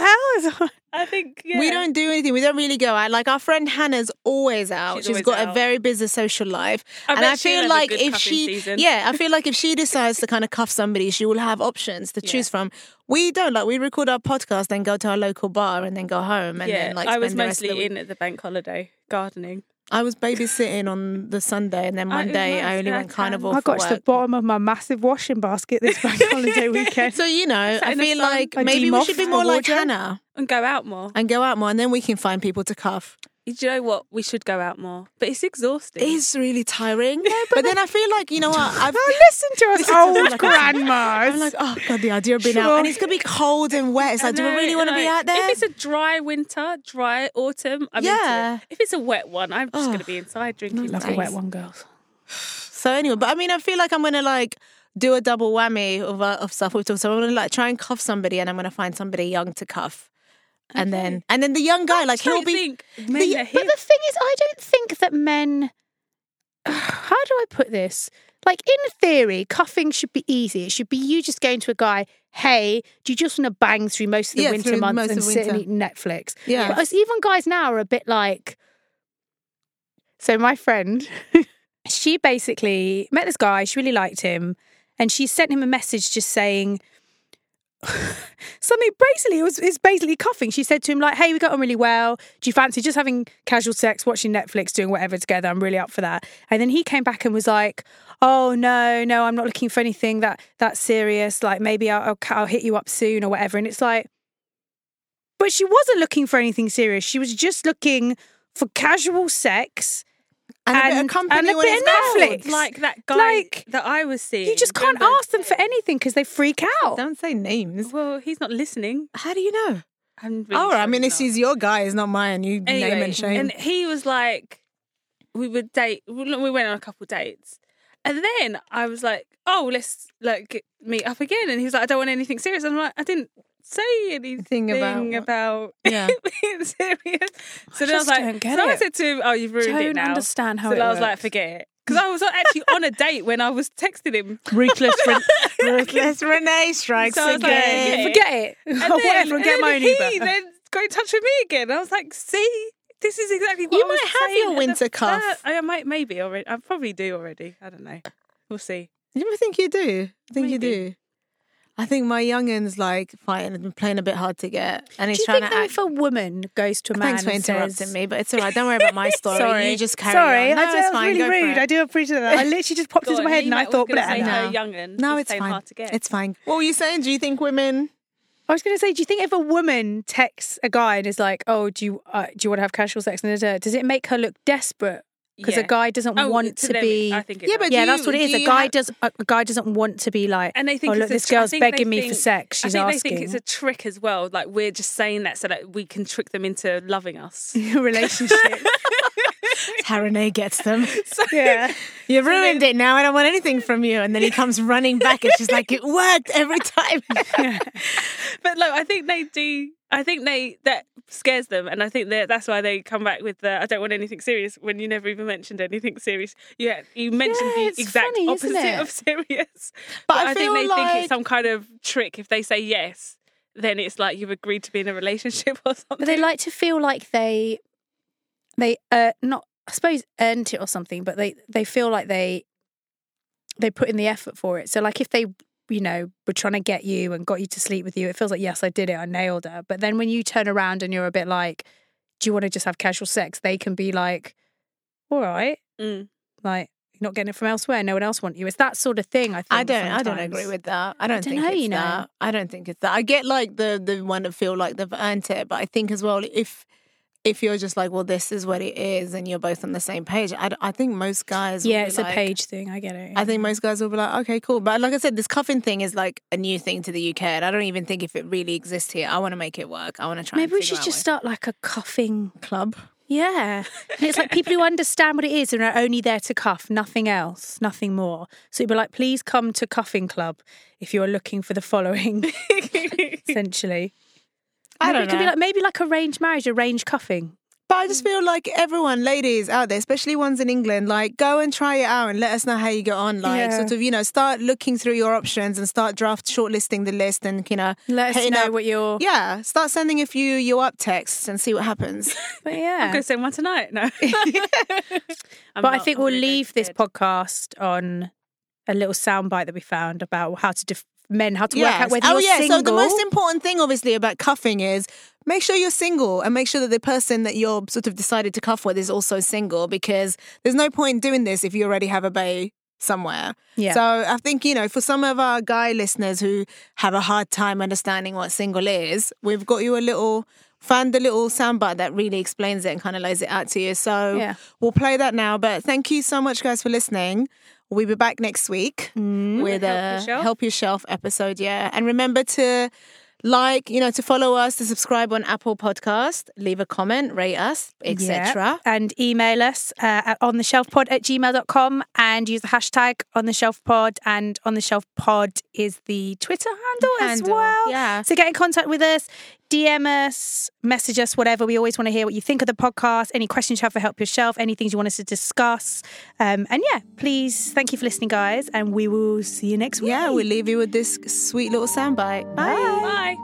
Speaker 4: hell is
Speaker 3: I think yeah.
Speaker 2: We don't do anything. We don't really go out. Like our friend Hannah's always out.
Speaker 3: She's
Speaker 2: She's
Speaker 3: always
Speaker 2: got a
Speaker 3: out.
Speaker 2: very busy social life,
Speaker 3: I
Speaker 2: and
Speaker 3: bet
Speaker 2: I
Speaker 3: she'll
Speaker 2: feel
Speaker 3: have a
Speaker 2: like
Speaker 3: good
Speaker 2: if
Speaker 3: cuffing
Speaker 2: she,
Speaker 3: season.
Speaker 2: yeah, I feel like if
Speaker 3: [laughs]
Speaker 2: she decides to kind of cuff somebody, she will have options to choose from. We don't like we record our podcast, then go to our local bar, and then go home, and
Speaker 3: yeah,
Speaker 2: then like
Speaker 3: I was
Speaker 2: spend the rest of the
Speaker 3: mostly
Speaker 2: week-
Speaker 3: in at the bank holiday gardening.
Speaker 2: I was babysitting on the Sunday, and then
Speaker 3: Oh, it was
Speaker 2: Monday I
Speaker 3: nice.
Speaker 2: only
Speaker 3: Yeah, I
Speaker 2: went
Speaker 3: can.
Speaker 2: carnival.
Speaker 4: that? I
Speaker 2: for
Speaker 4: got to the
Speaker 2: work.
Speaker 4: bottom of my massive washing basket this [laughs] bank holiday weekend.
Speaker 2: So you know, I
Speaker 3: in the
Speaker 2: feel
Speaker 3: sun.
Speaker 2: like
Speaker 4: I
Speaker 2: maybe we
Speaker 4: demoff
Speaker 2: should be
Speaker 4: my
Speaker 2: more like
Speaker 4: wardrobe.
Speaker 2: Hannah
Speaker 3: And go out more.
Speaker 2: and go out more, and then we can find people to cuff.
Speaker 3: Do you know what? We should go out more, but it's exhausting.
Speaker 2: It's really tiring, but then I feel like you know what? I've,
Speaker 4: Oh, listen to
Speaker 2: [laughs]
Speaker 4: us [laughs]
Speaker 2: Listen to us
Speaker 4: old
Speaker 2: like-
Speaker 4: grandmas.
Speaker 2: I'm like, oh god, the idea of being out, and it's gonna be cold and wet. It's
Speaker 3: I
Speaker 2: like, do we
Speaker 3: know,
Speaker 2: really want to be
Speaker 3: like,
Speaker 2: out there?
Speaker 3: If it's a dry winter, dry autumn, I'm
Speaker 2: Yeah.
Speaker 3: into it. If it's a wet one, I'm just going to be inside drinking.
Speaker 4: Love
Speaker 3: tea.
Speaker 4: a wet one, girls.
Speaker 2: so anyway, but I mean, I feel like I'm gonna like do a double whammy of uh, of stuff we've talked. So I'm gonna like try and cuff somebody, and I'm gonna find somebody young to cuff, and then and then the young guy, like
Speaker 3: I
Speaker 2: he'll be.
Speaker 3: think
Speaker 4: The-
Speaker 3: men are
Speaker 4: but
Speaker 3: hip.
Speaker 4: the thing is, I don't think that men. [sighs] How do I put this? Like in theory, cuffing should be easy. It should be you just going to a guy, "Hey, do you just want to bang through most of the
Speaker 2: Yeah,
Speaker 4: winter
Speaker 2: through
Speaker 4: months
Speaker 2: most
Speaker 4: and
Speaker 2: of
Speaker 4: sit and
Speaker 2: winter."
Speaker 4: eat Netflix?"
Speaker 2: Yeah.
Speaker 4: But us- even guys now are a bit like. So my friend, [laughs] she basically met this guy. She really liked him, and she sent him a message just saying. [laughs] Something basically it was is basically cuffing. She said to him like, "Hey, we got on really well. Do you fancy just having casual sex, watching Netflix, doing whatever together? I'm really up for that." And then he came back and was like, "Oh no, no, I'm not looking for anything that that serious. Like maybe I'll I'll, ca- I'll hit you up soon or whatever." And it's like, but she wasn't looking for anything serious. She was just looking for casual sex.
Speaker 2: and, a bit of
Speaker 4: and-
Speaker 2: company
Speaker 4: and a
Speaker 2: when
Speaker 4: bit
Speaker 2: it's
Speaker 4: of
Speaker 2: cold.
Speaker 4: Netflix.
Speaker 3: like that guy
Speaker 4: Like,
Speaker 3: that I was seeing.
Speaker 4: You just can't
Speaker 3: Remember?
Speaker 4: ask them for anything because they freak out.
Speaker 2: Don't say names.
Speaker 3: Well, he's not listening.
Speaker 2: How do you know?
Speaker 3: I'm really
Speaker 2: Oh,
Speaker 3: sure
Speaker 2: I mean,
Speaker 3: he's
Speaker 2: this
Speaker 3: not.
Speaker 2: is your guy, it's not mine. You name
Speaker 3: Anyway,
Speaker 2: and shame.
Speaker 3: And he was like, we would date. We went on a couple dates, and then I was like, oh, let's like get- meet up again. And he was like, I don't want anything serious. And I'm like, I didn't say anything
Speaker 2: about
Speaker 3: about,
Speaker 2: what- Yeah.
Speaker 3: it [laughs] being serious. So then I was
Speaker 4: just don't
Speaker 3: like,
Speaker 4: get
Speaker 3: so I
Speaker 4: it.
Speaker 3: said to him, oh, you've ruined it
Speaker 4: Don't
Speaker 3: now.
Speaker 4: understand how
Speaker 3: so
Speaker 4: it
Speaker 3: I was like,
Speaker 4: works.
Speaker 3: forget it. Because I was not actually on a date when I was texting
Speaker 4: [laughs]
Speaker 3: him.
Speaker 2: Ruthless, Ren- ruthless Renee strikes
Speaker 3: So I was like,
Speaker 2: again.
Speaker 3: yeah.
Speaker 4: Oh, Forget it.
Speaker 3: And then,
Speaker 4: [laughs] Whatever,
Speaker 3: and
Speaker 4: get
Speaker 3: then
Speaker 4: my own
Speaker 3: he
Speaker 4: Uber.
Speaker 3: then got in touch with me again. I was like, see, this is exactly what
Speaker 2: You
Speaker 3: I was
Speaker 2: might have
Speaker 3: saying
Speaker 2: your
Speaker 3: at the
Speaker 2: winter cuff.
Speaker 3: start." I might, maybe already. I probably do already. I don't know. We'll see.
Speaker 2: You ever think you do? I think you
Speaker 3: Maybe.
Speaker 2: do. I think my youngin's like fighting and playing a bit hard to get, and he's
Speaker 4: Do you
Speaker 2: trying
Speaker 4: think
Speaker 2: to
Speaker 4: though
Speaker 2: act.
Speaker 4: if a woman goes to a man
Speaker 2: Thanks for
Speaker 4: and
Speaker 2: interrupting
Speaker 4: says,
Speaker 2: me, but it's all right. Don't worry about my story.
Speaker 4: Sorry,
Speaker 2: You just carry
Speaker 4: sorry,
Speaker 2: on. No,
Speaker 4: I do,
Speaker 2: it's
Speaker 4: that was
Speaker 2: fine.
Speaker 4: really
Speaker 2: Go for
Speaker 4: rude.
Speaker 2: it.
Speaker 4: I do appreciate that. I literally just popped into
Speaker 3: God,
Speaker 4: my head and I
Speaker 3: Nima was
Speaker 4: thought,
Speaker 3: gonna say
Speaker 4: "Bleh."
Speaker 2: no.
Speaker 3: her young'un
Speaker 2: no,
Speaker 3: was
Speaker 2: it's
Speaker 3: saying
Speaker 2: fine.
Speaker 3: hard to get.
Speaker 2: It's fine. What were you saying? Do you think women?
Speaker 4: I was going to say, do you think if a woman texts a guy and is like, "Oh, do you uh, do you want to have casual sex?" and da, da, da, does it make her look desperate because
Speaker 3: Yeah.
Speaker 4: a guy doesn't
Speaker 3: Oh,
Speaker 4: want to,
Speaker 3: them,
Speaker 4: be?
Speaker 3: I think it
Speaker 2: Yeah,
Speaker 3: does.
Speaker 2: but
Speaker 4: yeah,
Speaker 2: do
Speaker 4: that's
Speaker 2: you-
Speaker 4: what it is.
Speaker 2: do
Speaker 4: A
Speaker 2: you
Speaker 4: guy
Speaker 2: have-
Speaker 4: does a a guy doesn't want to be like,
Speaker 3: And they think
Speaker 4: "Oh,
Speaker 3: it's
Speaker 4: look,
Speaker 3: a
Speaker 4: this
Speaker 3: tr- I
Speaker 4: girl's
Speaker 3: think they
Speaker 4: begging me for
Speaker 3: think-
Speaker 4: sex. She's
Speaker 3: I think
Speaker 4: asking."
Speaker 3: they think it's a trick as well. Like we're just saying that so that we can trick them into loving
Speaker 4: [laughs]
Speaker 3: us. [laughs]
Speaker 4: relationship.
Speaker 2: Renee gets them.
Speaker 4: yeah.
Speaker 2: You ruined it. Now I don't want anything from you. And then he comes running back, and she's like, "It worked every time."
Speaker 3: but look, I think they do. I think they that scares them, and I think that that's why they come back with the "I don't want anything serious" when you never even mentioned anything serious. You had- you mentioned
Speaker 4: Yeah, it's
Speaker 3: the exact
Speaker 4: funny, isn't
Speaker 3: opposite
Speaker 4: it?
Speaker 3: of
Speaker 4: [laughs]
Speaker 3: serious. But,
Speaker 2: I
Speaker 3: I, think
Speaker 2: feel
Speaker 3: they think
Speaker 2: like-
Speaker 3: it's some kind of trick. If they say yes, then it's like you've agreed to be in a relationship [laughs] or something.
Speaker 4: But they like to feel like they they uh not I suppose earned it or something, but they they feel like they they put in the effort for it. So like if they you know were trying to get you and got you to sleep with you, it feels like yes, I did it, I nailed her. But then when you turn around and you're a bit like, do you want to just have casual sex? They can be like, all right,
Speaker 3: Mm.
Speaker 4: like you're not getting it from elsewhere. No one else want you. It's that sort of thing. I think
Speaker 2: I don't. I don't
Speaker 4: sometimes.
Speaker 2: agree with that. I don't,
Speaker 4: don't
Speaker 2: think
Speaker 4: know,
Speaker 2: it's
Speaker 4: you know.
Speaker 2: that. I don't think it's that. I get like the the one that feel like they've earned it, but I think as well if if you're just like, well, this is what it is, and you're both on the same page. I, d- I think most guys. will
Speaker 4: Yeah,
Speaker 2: be
Speaker 4: it's
Speaker 2: like-
Speaker 4: a page thing. I get it.
Speaker 2: I think most guys will be like, okay, cool. But like I said, this cuffing thing is like a new thing to the UK, and I don't even think if it really exists here. I want to make it work. I want to try.
Speaker 4: Maybe
Speaker 2: and
Speaker 4: we
Speaker 2: figure
Speaker 4: should
Speaker 2: out
Speaker 4: just
Speaker 2: ways.
Speaker 4: start like a coughing
Speaker 2: club.
Speaker 4: Yeah. And it's like people who understand what it is and are only there to cuff, nothing else, nothing more. So you'd be like, please come to Cuffing Club if you're looking for
Speaker 2: [laughs]
Speaker 4: the following, essentially.
Speaker 3: I
Speaker 4: Maybe
Speaker 3: don't
Speaker 4: it could be
Speaker 3: know.
Speaker 4: like maybe like arranged marriage, arranged cuffing.
Speaker 2: But I
Speaker 4: Mm.
Speaker 2: just feel like everyone, ladies out there, especially ones in England, like go and try it out and let us know how you get on. Like
Speaker 4: Yeah.
Speaker 2: sort of, you know, start looking through your options and start draft shortlisting the list and you know
Speaker 4: Let us
Speaker 2: hitting
Speaker 4: know
Speaker 2: up-
Speaker 4: what your
Speaker 2: Yeah. Start sending a few you up texts and see what happens.
Speaker 4: But yeah.
Speaker 3: I'm going to send one tonight.
Speaker 4: [laughs]
Speaker 3: No.
Speaker 4: uh,
Speaker 3: [laughs]
Speaker 4: but I think we'll leave this podcast on a little soundbite that we found about how to def- men how to work out
Speaker 2: Yes.
Speaker 4: whether
Speaker 2: oh
Speaker 4: you're
Speaker 2: yeah.
Speaker 4: single.
Speaker 2: So the most important thing obviously about cuffing is make sure you're single and make sure that the person that you're sort of decided to cuff with is also single because there's no point doing this if you already have a bae somewhere.
Speaker 4: Yeah.
Speaker 2: So I think, you know, for some of our guy listeners who have a hard time understanding what single is, we've got you a little found the little soundbite that really explains it and kind of lays it out to you. So
Speaker 4: Yeah.
Speaker 2: we'll play that now. But thank you so much guys for listening. We'll be back next week Mm. with
Speaker 3: Help
Speaker 2: a
Speaker 3: Your Shelf.
Speaker 2: help your shelf episode yeah and remember to like you know to follow us to subscribe on apple podcast leave a comment rate us etc
Speaker 4: Yeah. And email us uh, at on the shelf pod at gmail.com and use the hashtag on the shelf pod. And on the shelf pod is the Twitter handle, as
Speaker 2: Handle,
Speaker 4: well.
Speaker 2: yeah.
Speaker 4: So get in contact with us, DM us, message us, whatever. We always want to hear what you think of the podcast, any questions you have for Help Your Shelf, any things you want us to discuss. Um, and yeah, please, thank you for listening, guys. And we will see you next week.
Speaker 2: yeah we'll leave you with this sweet little soundbite bye.
Speaker 3: Bye.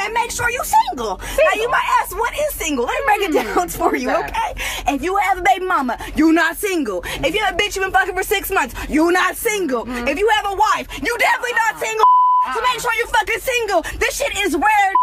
Speaker 5: and make sure you're single. Now you might ask, what is single? Let me break it down [laughs] for you, okay? If you have a baby mama, you not single. If you have a bitch you've been fucking for six months, you not single. If you have a wife, you definitely not single. So make sure you fucking single. This shit is rare.